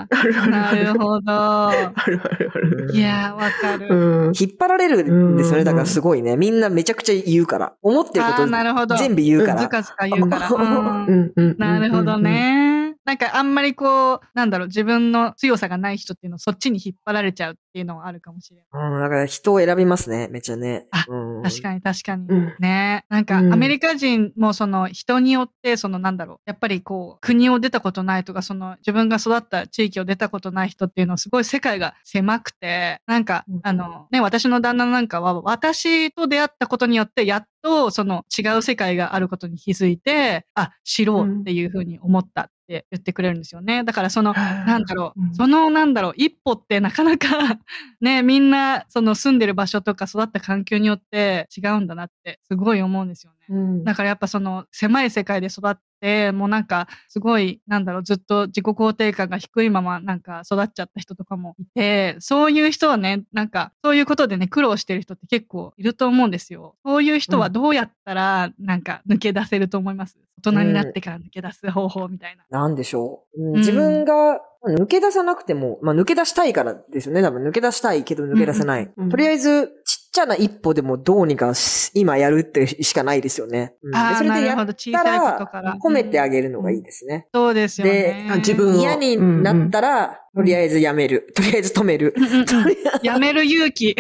Speaker 1: あ
Speaker 3: あるあ
Speaker 1: ー。
Speaker 3: る
Speaker 1: な
Speaker 3: ある
Speaker 1: る。ほど。
Speaker 3: あるあるある。
Speaker 1: いやー、わかる。
Speaker 3: うん。
Speaker 4: 引っ張られるんですよ
Speaker 3: う
Speaker 4: ね。
Speaker 3: ん
Speaker 4: だからすごいね。みんなめちゃくちゃ言うから。思ってるこ
Speaker 1: あーなるほ
Speaker 4: と
Speaker 1: ど
Speaker 4: 全部言うから。
Speaker 1: ずかずか言うから。
Speaker 4: あ
Speaker 1: うん
Speaker 3: うんうん。
Speaker 1: なるほど。ね。なんかあんまりこう、なんだろう、自分の強さがない人っていうのをそっちに引っ張られちゃうっていうのはあるかもしれない。
Speaker 4: うん、だから人を選びますね、めっちゃね。
Speaker 1: あ
Speaker 4: うん、うん。
Speaker 1: 確かに確かに。
Speaker 3: うん
Speaker 1: ねなんか、ア
Speaker 3: うん
Speaker 1: メリカ人もその人によって、そのなんだろう、やっぱりこう、国を出たことないとか、その自分が育った地域を出たことない人っていうのはすごい世界が狭くて、なんか
Speaker 3: うん、
Speaker 1: あの、ね、私の旦那なんかは、私と出会ったことによって、やっとその違う世界があることに気づいて、あ、知ろうっていうふうに思ったって言ってくれるんですよね。だからその、なんだろう、
Speaker 3: うん
Speaker 1: そのなんだろう、一歩ってなかなか、 ね、みんな、その住んでる場所とか育った環境によって違うんだなって、すごい思うんですよね。
Speaker 4: うん。
Speaker 1: だからやっぱその狭い世界で育って、もうなんかすごい、なんだろう、ずっと自己肯定感が低いままなんか育っちゃった人とかもいて、そういう人はね、なんかそういうことでね、苦労してる人って結構いると思うんですよ。そういう人はどうやったらなんか抜け出せると思います大人になってから抜け出す方法みたいな。
Speaker 4: なんでしょう。う
Speaker 1: う
Speaker 4: ん
Speaker 1: ん
Speaker 4: 自分がまあ抜け出さなくても、まあ抜け出したいからですよね。多分抜け出したいけど抜け出せない。
Speaker 3: うんうん
Speaker 4: とりあえず、ちっちゃな一歩でもどうにかし今やるってしかないですよね。うんで
Speaker 1: ああ、
Speaker 4: それ
Speaker 1: な
Speaker 4: で
Speaker 1: る
Speaker 4: や
Speaker 1: ほ
Speaker 4: っ
Speaker 1: ど。小
Speaker 4: た
Speaker 1: さいことから
Speaker 4: ら。褒めてあげるのがいいですね。
Speaker 1: そうですよね
Speaker 4: で。
Speaker 3: あ自分うん
Speaker 4: 嫌になったら、
Speaker 3: うん
Speaker 4: とりあえずやめる。とりあえず止める。
Speaker 1: うんうんうん
Speaker 4: とりあえ
Speaker 1: やめる勇 気。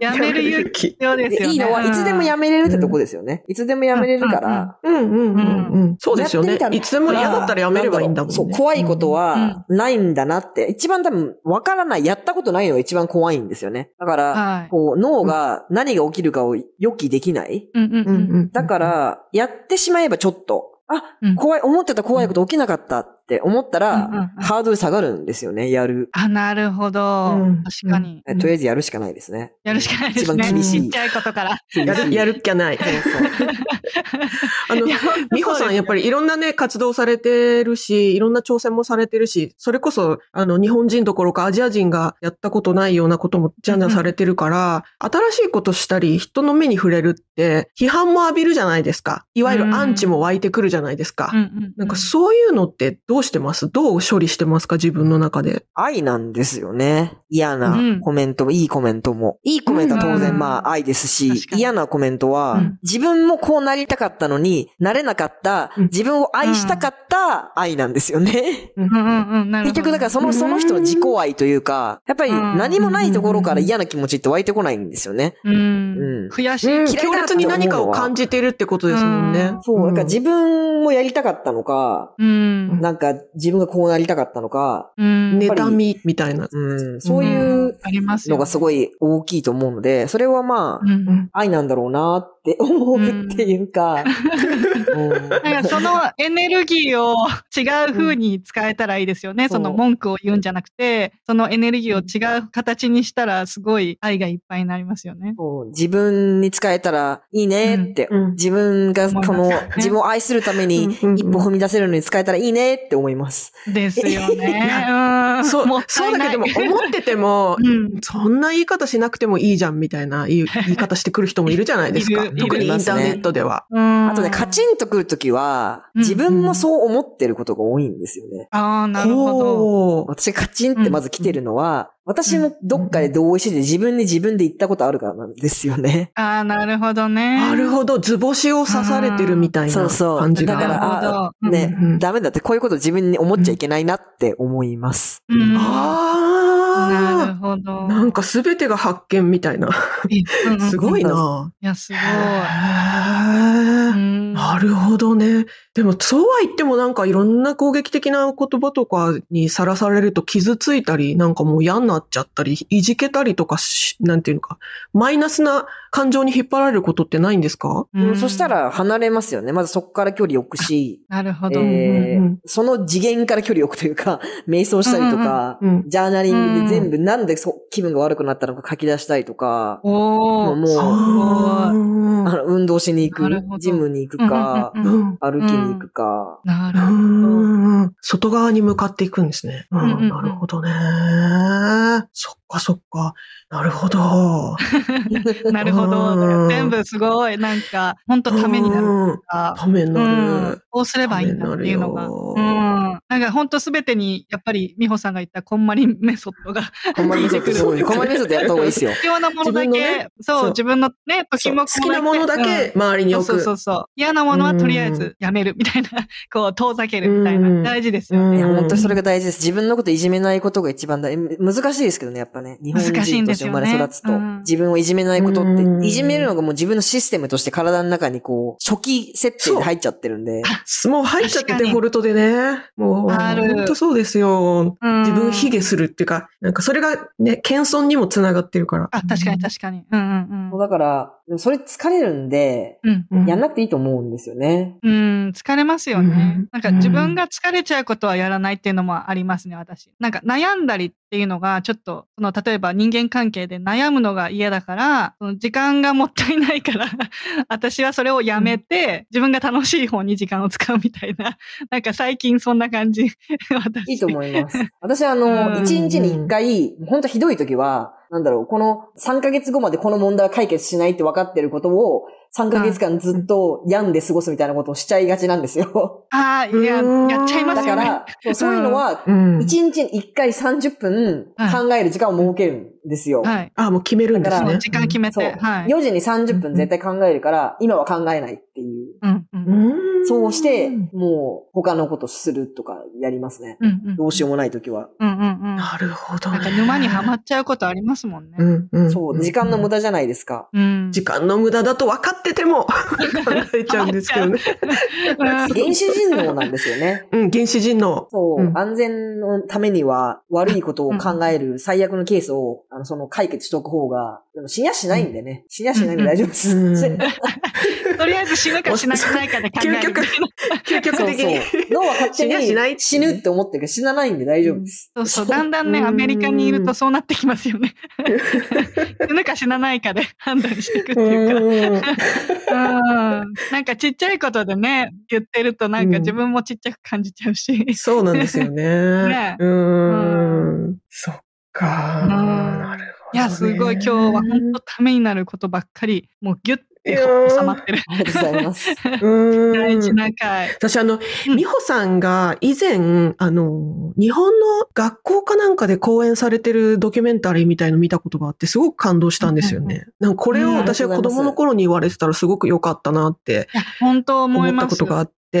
Speaker 1: やめる勇気必要ですよ
Speaker 4: ず
Speaker 1: ね。
Speaker 4: いいのはいつでもやめれるってとこですよね。いつでもやめれるから。
Speaker 3: うんうんうんうん。そうですよ
Speaker 4: や
Speaker 3: ね
Speaker 4: ってみた。ら
Speaker 3: いつでも嫌だったらやめればいいんだもんね。
Speaker 4: そう、怖いことはないんだなって。一番多分、わからない、やったことないのが一番怖いんですよね。だから、
Speaker 1: はい。
Speaker 4: こう、脳が何が起きるかを予期できない。
Speaker 1: うんうん
Speaker 3: うん。うんう
Speaker 1: うん
Speaker 3: ん。
Speaker 4: だから、やってしまえばちょっと、あ
Speaker 1: うん、
Speaker 4: 怖い、思ってた怖いこと起きなかったって思った
Speaker 1: うんうんうん
Speaker 4: ら、ハードル下がるんですよね、やる。
Speaker 1: あ、なるほど
Speaker 3: うん。
Speaker 1: 確かに。
Speaker 4: えとりあえずやるしかないですね。
Speaker 1: やるしかないです
Speaker 4: 一
Speaker 1: ね。
Speaker 4: 番厳し
Speaker 1: ちっ
Speaker 4: い
Speaker 1: ち。ゃいことから。
Speaker 3: やる、や
Speaker 4: る。
Speaker 3: るっきゃない。あの
Speaker 1: いや、
Speaker 3: 美穂さん、やっぱりいろんなね、活動されてるし、いろんな挑戦もされてるし、それこそ、あの、日本人どころかアジア人がやったことないようなこともじゃんじゃんされてるから、新しいことしたり、人の目に触れるって、批判も浴びるじゃないですか。いわゆ
Speaker 1: うん
Speaker 3: るアンチも湧いてくるじゃないですか。
Speaker 1: うんうん。
Speaker 3: なんかそういうのってどうしてますどう処理してますか自分の中で。
Speaker 4: 愛なんですよね。嫌
Speaker 1: うん
Speaker 4: なコメントも、いいコメントも。いいコメントは当
Speaker 1: うん
Speaker 4: 然まあ愛ですし
Speaker 1: 確、かに
Speaker 4: 嫌なコメント
Speaker 3: う
Speaker 4: は
Speaker 3: ん、
Speaker 4: 自分もこうなりたかったのに、なれなかった、
Speaker 3: うん
Speaker 4: 自分を愛したかった愛なんですよね。
Speaker 1: うんうんうん。なる
Speaker 4: 結
Speaker 1: ほど
Speaker 4: 局だからその、その人の自己愛というか、やっぱり
Speaker 1: うん
Speaker 4: 何もないところから嫌な気持ちって湧いてこないんですよね。
Speaker 1: う
Speaker 4: うんん。
Speaker 1: 悔しい。嫌
Speaker 3: 強
Speaker 1: い
Speaker 4: だなって
Speaker 3: 烈に何かを感じてるってことですもんね。
Speaker 1: うん
Speaker 4: そう、だから自分もやりたかったのか、
Speaker 1: うん。
Speaker 4: なんか自分がこうなりたかったのか、
Speaker 1: うん。
Speaker 4: やっぱり
Speaker 3: 妬みみたいな。
Speaker 4: うん、そういう
Speaker 1: ありますよ。
Speaker 4: のがすごい大きいと思うので、それはまあ
Speaker 1: う、ん。
Speaker 4: 愛なんだろうなって 思うっていうか、うん
Speaker 1: なんかそのエネルギーを違う風に使えたらいいですよね。
Speaker 4: そう
Speaker 1: その文句を言うんじゃなくて、そのエネルギーを違う形にしたら、すごい愛がいっぱいになりますよね。
Speaker 4: こう自分に使えたらいいねって、
Speaker 3: うん
Speaker 4: 自分がそ
Speaker 1: 思いま
Speaker 4: の、
Speaker 1: すよね
Speaker 4: 自分を愛するために
Speaker 3: うんうん
Speaker 4: 一歩踏み出せるのに使えたらいいねって思います。
Speaker 1: ですよね。うん。
Speaker 3: そう
Speaker 1: もっ、た
Speaker 3: そ
Speaker 1: いう
Speaker 3: だ
Speaker 1: ない
Speaker 3: けども、思ってても、
Speaker 1: うん。
Speaker 3: そんな言い方しなくてもいいじゃんみたいな言い言い方してくる人もいるじゃないですか。
Speaker 1: いる
Speaker 3: 特にインターネットでは。
Speaker 1: うん、
Speaker 4: あとね、カチンとくるときは、
Speaker 1: うん
Speaker 4: 自分もそう思ってることが多いんですよね。
Speaker 1: ああ、なるほど。
Speaker 3: ほう
Speaker 4: 私カチンってまず来てるのは、私もどっかで同意してて自分に自分で言ったことあるからなんですよね。
Speaker 1: ああ、なるほどね。
Speaker 3: なるほど、図星を刺されてるみたい
Speaker 4: そ
Speaker 3: な
Speaker 4: うそう
Speaker 3: 感じが。
Speaker 4: だから
Speaker 1: なるほど。
Speaker 4: ね、
Speaker 3: うん
Speaker 4: ダメだってこういうこと自分に思っちゃいけないなって思います。
Speaker 1: うん、なる
Speaker 3: あ
Speaker 1: ほど。
Speaker 3: あ、なんかすべてが発見みたいな。
Speaker 1: うんうん
Speaker 3: すごいない
Speaker 1: や、すごい。う
Speaker 3: へー
Speaker 1: ん
Speaker 3: なるほどね。でも、そうは言ってもなんかいろんな攻撃的な言葉とかにさらされると傷ついたり、なんかもう嫌になっちゃったり、いじけたりとかし、なんていうのか、マイナスな感情に引っ張られることってないんですか
Speaker 1: うん
Speaker 4: そした、ら離れますよね。まずそこから距離置くし、
Speaker 1: なるほ
Speaker 4: え
Speaker 1: ど。
Speaker 4: ー
Speaker 3: うんうん
Speaker 4: その次元から距離を置くというか、 瞑想したりとか、
Speaker 3: うんうん
Speaker 4: ジャーナリングで全部なんでそう気分が悪くなったのか書き出したりとか、
Speaker 1: お
Speaker 4: も
Speaker 1: お
Speaker 4: う、もう
Speaker 3: うん
Speaker 4: あの運動しに行
Speaker 1: なるほ
Speaker 4: く
Speaker 1: ど、
Speaker 4: ジムに行くか、
Speaker 1: うんうんうん
Speaker 4: 歩きに行くか、
Speaker 1: な
Speaker 3: う
Speaker 1: るほど。
Speaker 3: んうん外側に向かっていくんですね。うん
Speaker 1: うんうんうん
Speaker 3: なるほどね。そっかそっか。なる ほど。
Speaker 1: なるほ
Speaker 3: う
Speaker 1: ど。
Speaker 3: ん
Speaker 1: 全部すごい、なんか、本当ためになる
Speaker 3: うん
Speaker 1: か。
Speaker 3: ために
Speaker 1: う
Speaker 3: なる
Speaker 1: ん。。こうすればいいんだっていうのが。
Speaker 3: ために
Speaker 1: う
Speaker 3: なるよ
Speaker 1: ん。うん。なんか本当すべてに、やっぱり美穂さんが言ったこんまりメソッド が
Speaker 4: コンマリメソッドすごい。コンマリメソッドやった方がいいですよ。
Speaker 1: 必要なものだけ、
Speaker 3: 自分のね
Speaker 1: そ、
Speaker 3: そうう
Speaker 1: 自分のね、時
Speaker 3: そう
Speaker 1: も
Speaker 3: 好きなものだけ周りに
Speaker 1: そう
Speaker 3: 置
Speaker 1: そうそ
Speaker 3: く。
Speaker 1: うそう。嫌なものはとりあえずやめるみたいな、こう遠ざけるみたいな。
Speaker 3: うん
Speaker 1: 大事ですよ
Speaker 3: うん
Speaker 4: い
Speaker 1: ね。
Speaker 4: や、本当にそれが大事です。自分のこといじめないことが一番大事。難しいですけどね、やっぱね。日本
Speaker 1: 難しいん
Speaker 4: 人
Speaker 1: で
Speaker 4: とし
Speaker 1: す
Speaker 4: て
Speaker 1: よ
Speaker 4: 生
Speaker 1: ね
Speaker 4: まれ育つと。
Speaker 1: うん
Speaker 4: 自分をいじめないことっ
Speaker 3: うん
Speaker 4: て、いじめるのがもう自分のシステムとして体の中にこう、初期設定で入っちゃってるんで。
Speaker 3: もう入っちゃってデフォルトでね。もう、
Speaker 1: ある
Speaker 3: 本当そうですよ。
Speaker 1: うん
Speaker 3: 自分卑下するっていうか、なんかそれがね、謙遜にもつながってるから。
Speaker 1: あ、確かに確かに。うんうん
Speaker 4: だから、でもそれ疲れるんで、
Speaker 1: うん。うん。
Speaker 3: うん
Speaker 4: やんなくていいと思うんですよね。
Speaker 1: うん、疲れますよね。
Speaker 3: うん
Speaker 1: なんか自分が疲れちゃうことはやらないっていうのもありますね、私。なんか悩んだりっていうのが、ちょっと、その、例えば人間関係で悩むのが嫌だから、その時間がもったいないから、 私はそれをやめて、自分が楽しい方に時間を使うみたいな、 なんか最近そんな感じ、 私。
Speaker 4: いいと思
Speaker 1: う。
Speaker 4: います。私あ
Speaker 1: う
Speaker 4: の、
Speaker 1: ん
Speaker 4: 一日に一回、本当ひどい時は、なんだろう、この3ヶ月後までこの問題は解決しないって分かってることを、3ヶ月間ずっと病んで過ごすみたいなことをしちゃいがちなんですよ。
Speaker 1: ああ、いや、
Speaker 3: うん
Speaker 1: やっちゃいま
Speaker 4: だ
Speaker 1: す
Speaker 4: か
Speaker 1: よね。
Speaker 4: ら、そうそういうのは、
Speaker 3: うん。
Speaker 4: 一日に一回30分
Speaker 1: はい
Speaker 4: 考える時間を設けるんですよ。
Speaker 1: はい。
Speaker 3: あ、もう決めるんで
Speaker 4: だ
Speaker 3: す
Speaker 4: か
Speaker 1: そ
Speaker 4: ら
Speaker 1: う
Speaker 3: ね。
Speaker 1: 時間決め
Speaker 4: そう。
Speaker 1: て、はい。
Speaker 4: 4時に30分絶対考えるから、今は考えないっていう。
Speaker 1: うん、うん、うん、
Speaker 3: うん
Speaker 4: そうして、もう他のことするとかやりますね。
Speaker 1: うん。
Speaker 4: どうしようもない時は。
Speaker 1: うん、うん、うん。
Speaker 3: なるほど、
Speaker 1: な
Speaker 3: ね。
Speaker 1: んか沼にはまっちゃうことありますもんね。
Speaker 3: うんうん
Speaker 4: そう、時間の無駄じゃないですか。
Speaker 1: うん。
Speaker 3: 時間の無駄だと分かって ても考えちゃうんですけどね。。
Speaker 1: うん
Speaker 4: 原始人能なんですよね
Speaker 3: うん、原始人の。
Speaker 4: そう、
Speaker 3: うん
Speaker 4: 安全のためには悪いことを考える最悪のケースを、あの、その解決しておく方が、でも死にゃしないんでね。死にゃしないんで大丈夫で
Speaker 3: う
Speaker 4: す。
Speaker 3: ん
Speaker 4: それ
Speaker 1: とりあえず死ぬか死なないかで考えるみたいな。
Speaker 3: 究究極
Speaker 4: そう
Speaker 3: 的に。
Speaker 4: そう脳は勝手
Speaker 3: 死にゃしないっ
Speaker 4: に
Speaker 3: て
Speaker 4: 死ぬって思ってるけど死なないんで大丈夫です。
Speaker 1: そうそう。だんだんね、アメリカにいるとそうなってきますよ ね。死ぬか死なないかで判断していくっていう
Speaker 3: うん
Speaker 1: か。うん。なんかちっちゃいことでね、言ってるとなんか自分もちっちゃく感じちゃうし。
Speaker 3: そうなんですよね。
Speaker 1: ね
Speaker 3: うん。そっか。
Speaker 1: うん
Speaker 3: なるほどね
Speaker 1: いや、すごい今日は本当ためになることばっかり、もうギュッて収まってる。
Speaker 4: ありがとうござ います。
Speaker 3: うん
Speaker 1: 大事な回。
Speaker 3: 私あの、美穂さんが以前、あの、日本の学校かなんかで講演されてるドキュメンタリーみたいの見たことがあって、すごく感動したんですよね。なんかこれを私は子供の頃に言われてたらすごく良かったなって
Speaker 1: いや、本当思
Speaker 3: 思
Speaker 1: い
Speaker 3: った
Speaker 1: ま
Speaker 3: こ
Speaker 1: す。
Speaker 3: とがあって、
Speaker 1: う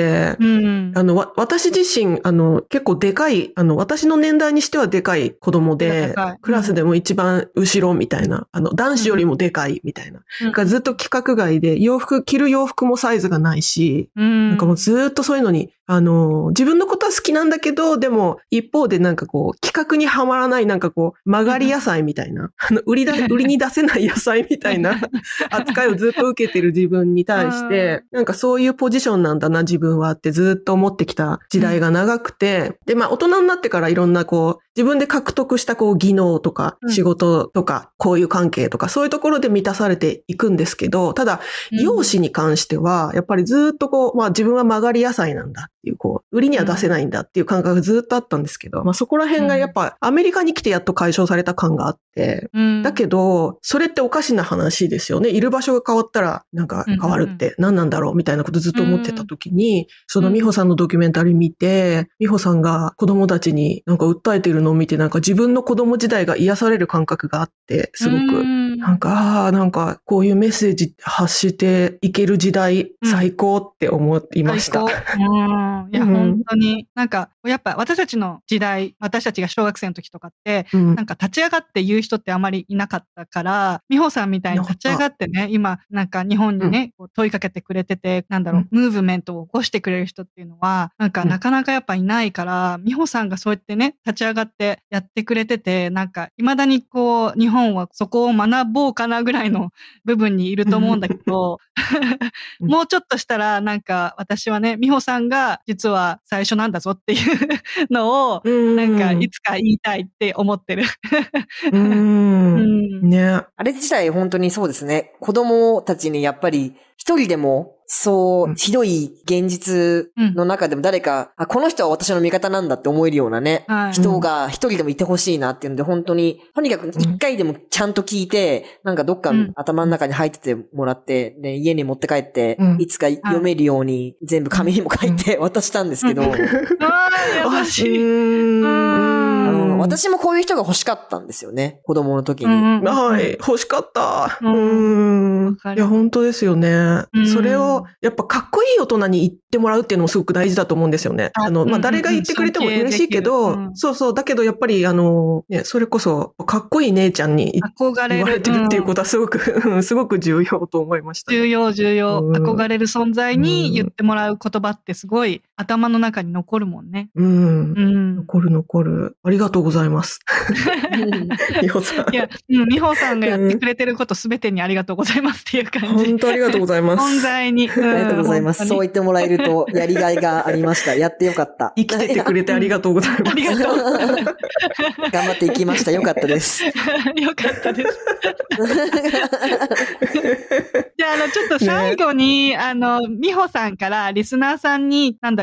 Speaker 1: ん。
Speaker 3: あの、わ私自身、あの、結構でかい、あの、私の年代にしてはでかい子供
Speaker 1: でかい
Speaker 3: で
Speaker 1: でかい、
Speaker 3: クラスでも一番後ろみたいな、あの、男子よりもでかいみたいな。
Speaker 1: うん
Speaker 3: だからずっと規格外で、洋服、着る洋服もサイズがないし、
Speaker 1: うん。
Speaker 3: なんかもうずーっとそういうのに、あのー自分のことは好きなんだけど、でも一方でなんかこう、企画にはまらない、なんかこう、曲がり野菜みたいな、 あの、売りだ、売りに出せない野菜みたい な扱いをずっと受けてる自分に対して、なんかそういうポジションなんだな、自分はってずーっと思ってきた時代が長くて、で、まあ大人になってからいろんなこう、自分で獲得したこう、技能とか
Speaker 1: うん
Speaker 3: 仕事とか、こういう関係とか、そういうところで満たされていくんですけど、ただ、容姿に関しては、やっぱりずっとこう、まあ自分は曲がり野菜なんだっていう、こう、売りには出せないんだっていう感覚がずっとあったんですけど、まあそこら辺がやっぱアメリカに来てやっと解消された感があって、
Speaker 1: うん、
Speaker 3: だけど、それっておかしな話ですよね。いる場所が変わったら、なんか変わるって何なんだろうみたいなことずっと思ってた時に、その美穂さんのドキュメンタリー見て、美穂さんが子供たちになんか訴えてるのを見て、なんか自分の子供時代が癒される感覚があって、すごく
Speaker 1: うん
Speaker 3: なんか、ああ、なんか、こういうメッセージ発していける時代、
Speaker 1: うん
Speaker 3: 最高って思いました。
Speaker 1: 最高。うん。いや、
Speaker 3: うん
Speaker 1: 本当に。なんか、やっぱ私たちの時代、私たちが小学生の時とかって、
Speaker 3: うん
Speaker 1: なんか立ち上がって言う人ってあまりいなかったから、美穂さんみたいに立ち上がってね、今、なんか日本にね、こう問いかけてくれてて、なんだろう、ムーブメントを起こしてくれる人っていうのは、なんか
Speaker 3: うん
Speaker 1: なかなかやっぱいないから、美穂さんがそうやってね、立ち上がってやってくれてて、なんか、未だにこう、日本はそこを学ぼうかなぐらいの 部分にいると思うんだけど、
Speaker 3: うん
Speaker 1: もうちょっとしたら、なんか、私はね、美穂さんが実は最初なんだぞっていうのを、なんか、いつか言いたいって思ってる。
Speaker 3: う。
Speaker 1: うんん。
Speaker 3: ね。
Speaker 4: あれ自体本当にそうですね。子供たちにやっぱり一人でも、そうう、
Speaker 3: ん
Speaker 4: ひどい現実 の中でも誰か、あ、この人は私の味方なんだって思えるようなね、
Speaker 1: はい
Speaker 4: 人が一人でもいてほしいなっていうので、本当に、とにかく一回でもちゃんと聞いて、なんかどっか
Speaker 1: うん
Speaker 4: 頭の中に入っててもらって、ね、家に持って帰って
Speaker 3: う、ん
Speaker 4: いつか読めるように全部紙にも書いて渡したんですけど、
Speaker 1: あー優しい。
Speaker 4: あ
Speaker 1: う
Speaker 4: の
Speaker 3: ん
Speaker 4: 私もこういう人が欲しかったんですよね、子供の時
Speaker 1: う
Speaker 4: に。
Speaker 1: んうん
Speaker 3: はい、欲しかった。
Speaker 1: う
Speaker 3: うんん。
Speaker 1: わかる
Speaker 3: いや、本当ですよね
Speaker 1: うん。
Speaker 3: それを、やっぱかっこいい大人に言ってもらうっていうのもすごく大事だと思うんですよね。
Speaker 1: あ
Speaker 3: あの、
Speaker 1: うんう
Speaker 3: まあ、
Speaker 1: ん
Speaker 3: 誰が言ってくれても嬉し
Speaker 1: 尊敬で
Speaker 3: いけ
Speaker 1: きるう
Speaker 3: ど、
Speaker 1: ん
Speaker 3: そうそう、だけどやっぱり、あの、ね、それこそ、かっこいい姉ちゃんに
Speaker 1: 憧れ
Speaker 3: 言われてるってい
Speaker 1: と。
Speaker 3: うことはすごく、うんすごく重要と思いましたね。
Speaker 1: 重要、重要。
Speaker 3: うん
Speaker 1: 憧れる存在に言ってもらう言葉ってすごい頭の中に残るもんね。
Speaker 3: うん
Speaker 1: う。ん。
Speaker 3: 残る残る。ありがとうござい ます。みほさん
Speaker 1: い。や、うん、美穂さんがやってくれてることすべてにありがとうございますっていう感じ。
Speaker 3: 本当ありがとうございます。
Speaker 1: 存在に。あり
Speaker 4: ありがとうございます。そう言ってもらえると、やりがいがありました。やってよかった。
Speaker 3: 生きててくれてありがとうございます。
Speaker 1: ありがとう。
Speaker 4: 頑張っていきました。よかったです。
Speaker 1: よかったです。じゃあ、あの、ちょっと最後に、あの、美穂さんからリスナーさんに、なんだ、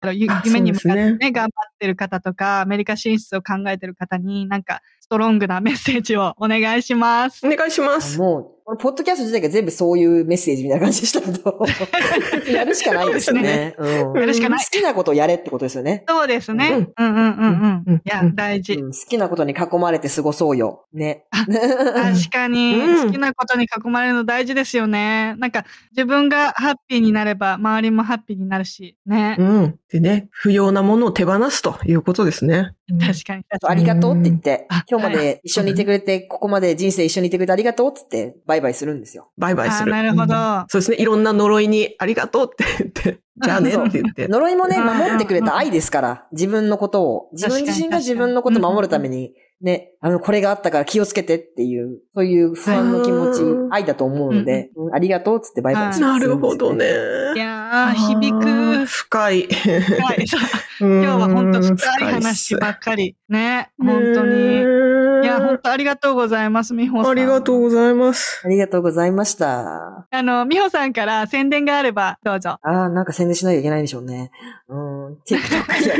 Speaker 1: あのゆ
Speaker 3: あ
Speaker 1: 夢に向かって
Speaker 3: そう
Speaker 1: ね
Speaker 3: です
Speaker 1: 頑張ってる方とか、アメリカ進出を考えてる方に、なんか、ストロングなメッセージをお願いします。
Speaker 3: お願いします。
Speaker 4: もう、このポッドキャスト自体が全部そういうメッセージみたいな感じでしたけど、やるしかないですよね。うん
Speaker 1: やるしかない
Speaker 4: 好。きなことをやれってことですよね。
Speaker 1: そうですね。う
Speaker 3: うん
Speaker 1: うんうんうん。
Speaker 3: うん
Speaker 1: いや、大
Speaker 4: う
Speaker 1: 事。
Speaker 4: ん好きなことに囲まれて過ごそうよ。ね。
Speaker 1: 確かに、
Speaker 3: うん
Speaker 1: 好きなことに囲まれるの大事ですよね。なんか、自分がハッピーになれば、周りもハッピーになるし、ね
Speaker 3: う。ん。でね、不要なものを手放すということですね。
Speaker 1: 確かに。
Speaker 4: ありがとうって言って
Speaker 1: うんあ、
Speaker 4: 今日まで一緒にいてくれて、ここまで人生一緒にいてくれてありがとうって言って、バイバイするんですよ。
Speaker 3: バイバイする。
Speaker 1: あーなるほど
Speaker 3: うんそうですね。いろんな呪いにありがとうって 言って、じゃあねって言って。
Speaker 4: 呪いもね、
Speaker 1: うん
Speaker 4: 守ってくれた愛ですから、自分のことを、自分自身が自分のことを守るために、ね、あの、これがあったから気をつけてっていう、そういう不安の気持ち
Speaker 3: う、ん
Speaker 4: 愛だと思うので、うんありがとうっつってバイバイする
Speaker 3: なるほどね。。
Speaker 1: いやー、響
Speaker 3: あー
Speaker 1: く。
Speaker 3: 深い。
Speaker 1: 深 い。そう
Speaker 3: 今
Speaker 1: 今日は本当深い話ばっかり。ね、本当に。いや、本当ありがとうございます、美穂さん。
Speaker 3: ありがとうございます。
Speaker 4: ありがとうございました。
Speaker 1: あの、美穂さんから宣伝があれば、どうぞ。
Speaker 4: ああ、なんか宣伝しないといけないんでしょうね。うん、TikTok や、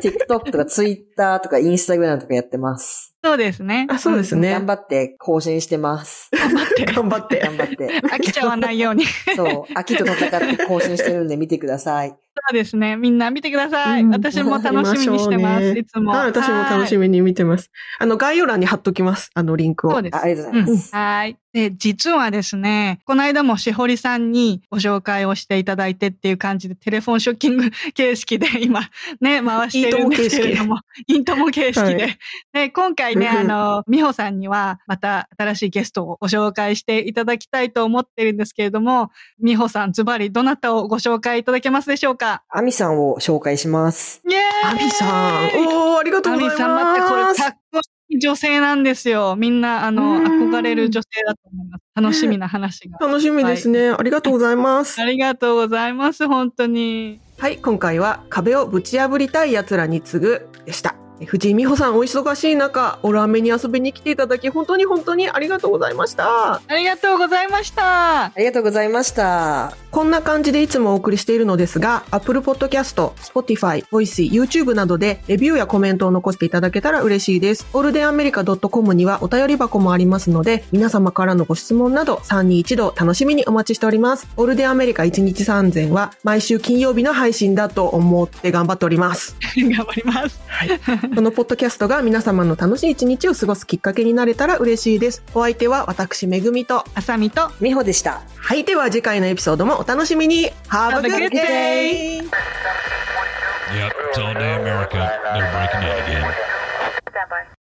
Speaker 4: TikTok とか Twitter とか Instagram とかやってます。
Speaker 1: そうですね。
Speaker 3: あ、そうですね
Speaker 4: 頑。張って更新してます。
Speaker 3: 頑張って。
Speaker 4: 頑張って。
Speaker 1: 飽きちゃわないように。そ
Speaker 4: そう、秋と戦って更新してるんで見てください。
Speaker 1: うですね。みんな見てください。
Speaker 3: うん
Speaker 1: 私も楽しみにしてます、
Speaker 3: 見ましょうね
Speaker 1: いつも。
Speaker 3: はい、私も楽しみに見てます。あの、概要欄に貼っときます。あの、リンクを。
Speaker 1: そうです
Speaker 4: あありがとうございます。
Speaker 1: はい。で、実はですね、この間もしほりさんにご紹介をしていただいてっていう感じで、テレフォンショッキング 形式で今、ね、回してるんですけれども、 イントモ形式で。
Speaker 3: は
Speaker 1: で、今回ね、あ
Speaker 3: うんうん
Speaker 1: の、美穂さんには、また新しいゲストをご紹介していただきたいと思ってるんですけれども、美穂さん、ズバリどなたをご紹介いただけますでしょうか
Speaker 4: アミさんを紹介します。
Speaker 1: イェーイ
Speaker 3: アミさん。おー、ありがとう
Speaker 1: ア
Speaker 3: ござ
Speaker 1: ミ
Speaker 3: います。
Speaker 1: さん、待って、これ、かっこいい女性なんですよ。みんな、あの、
Speaker 3: うん
Speaker 1: 憧れる女性だと思います。楽しみな話が。
Speaker 3: 楽しみですね。ありがとうございます
Speaker 1: あ。りがとうございます、本当に。
Speaker 3: はい、今回は壁をぶち破りたい奴らに次ぐでした。え藤井美穂さん、お忙しい中、オラーメンに遊びに来ていただき、本当に本当にありがとうございました。
Speaker 1: ありがとうございました。
Speaker 4: ありがとうございました。
Speaker 3: こんな感じでいつもお送りしているのですが、Apple Podcast、Spotify、Voicy、YouTube などでレビューやコメントを残していただけたら嬉しいです。オールデンアメリカ .com にはお便り箱もありますので、皆様からのご質問など3に1度楽しみにお待ちしております。オールデンアメリカ1日3000は毎週金曜日の配信だと思って頑張っております。
Speaker 1: 頑張ります。
Speaker 3: このポッドキャストが皆様の楽しい一日を過ごすきっかけになれたら嬉しいです。お相手は私、めぐみと。
Speaker 1: あさみと、
Speaker 4: 美穂でした。
Speaker 3: はい、では次回のエピソードもお楽しみに !Have a good day!
Speaker 5: Yep, it's all day America. They're breaking in again.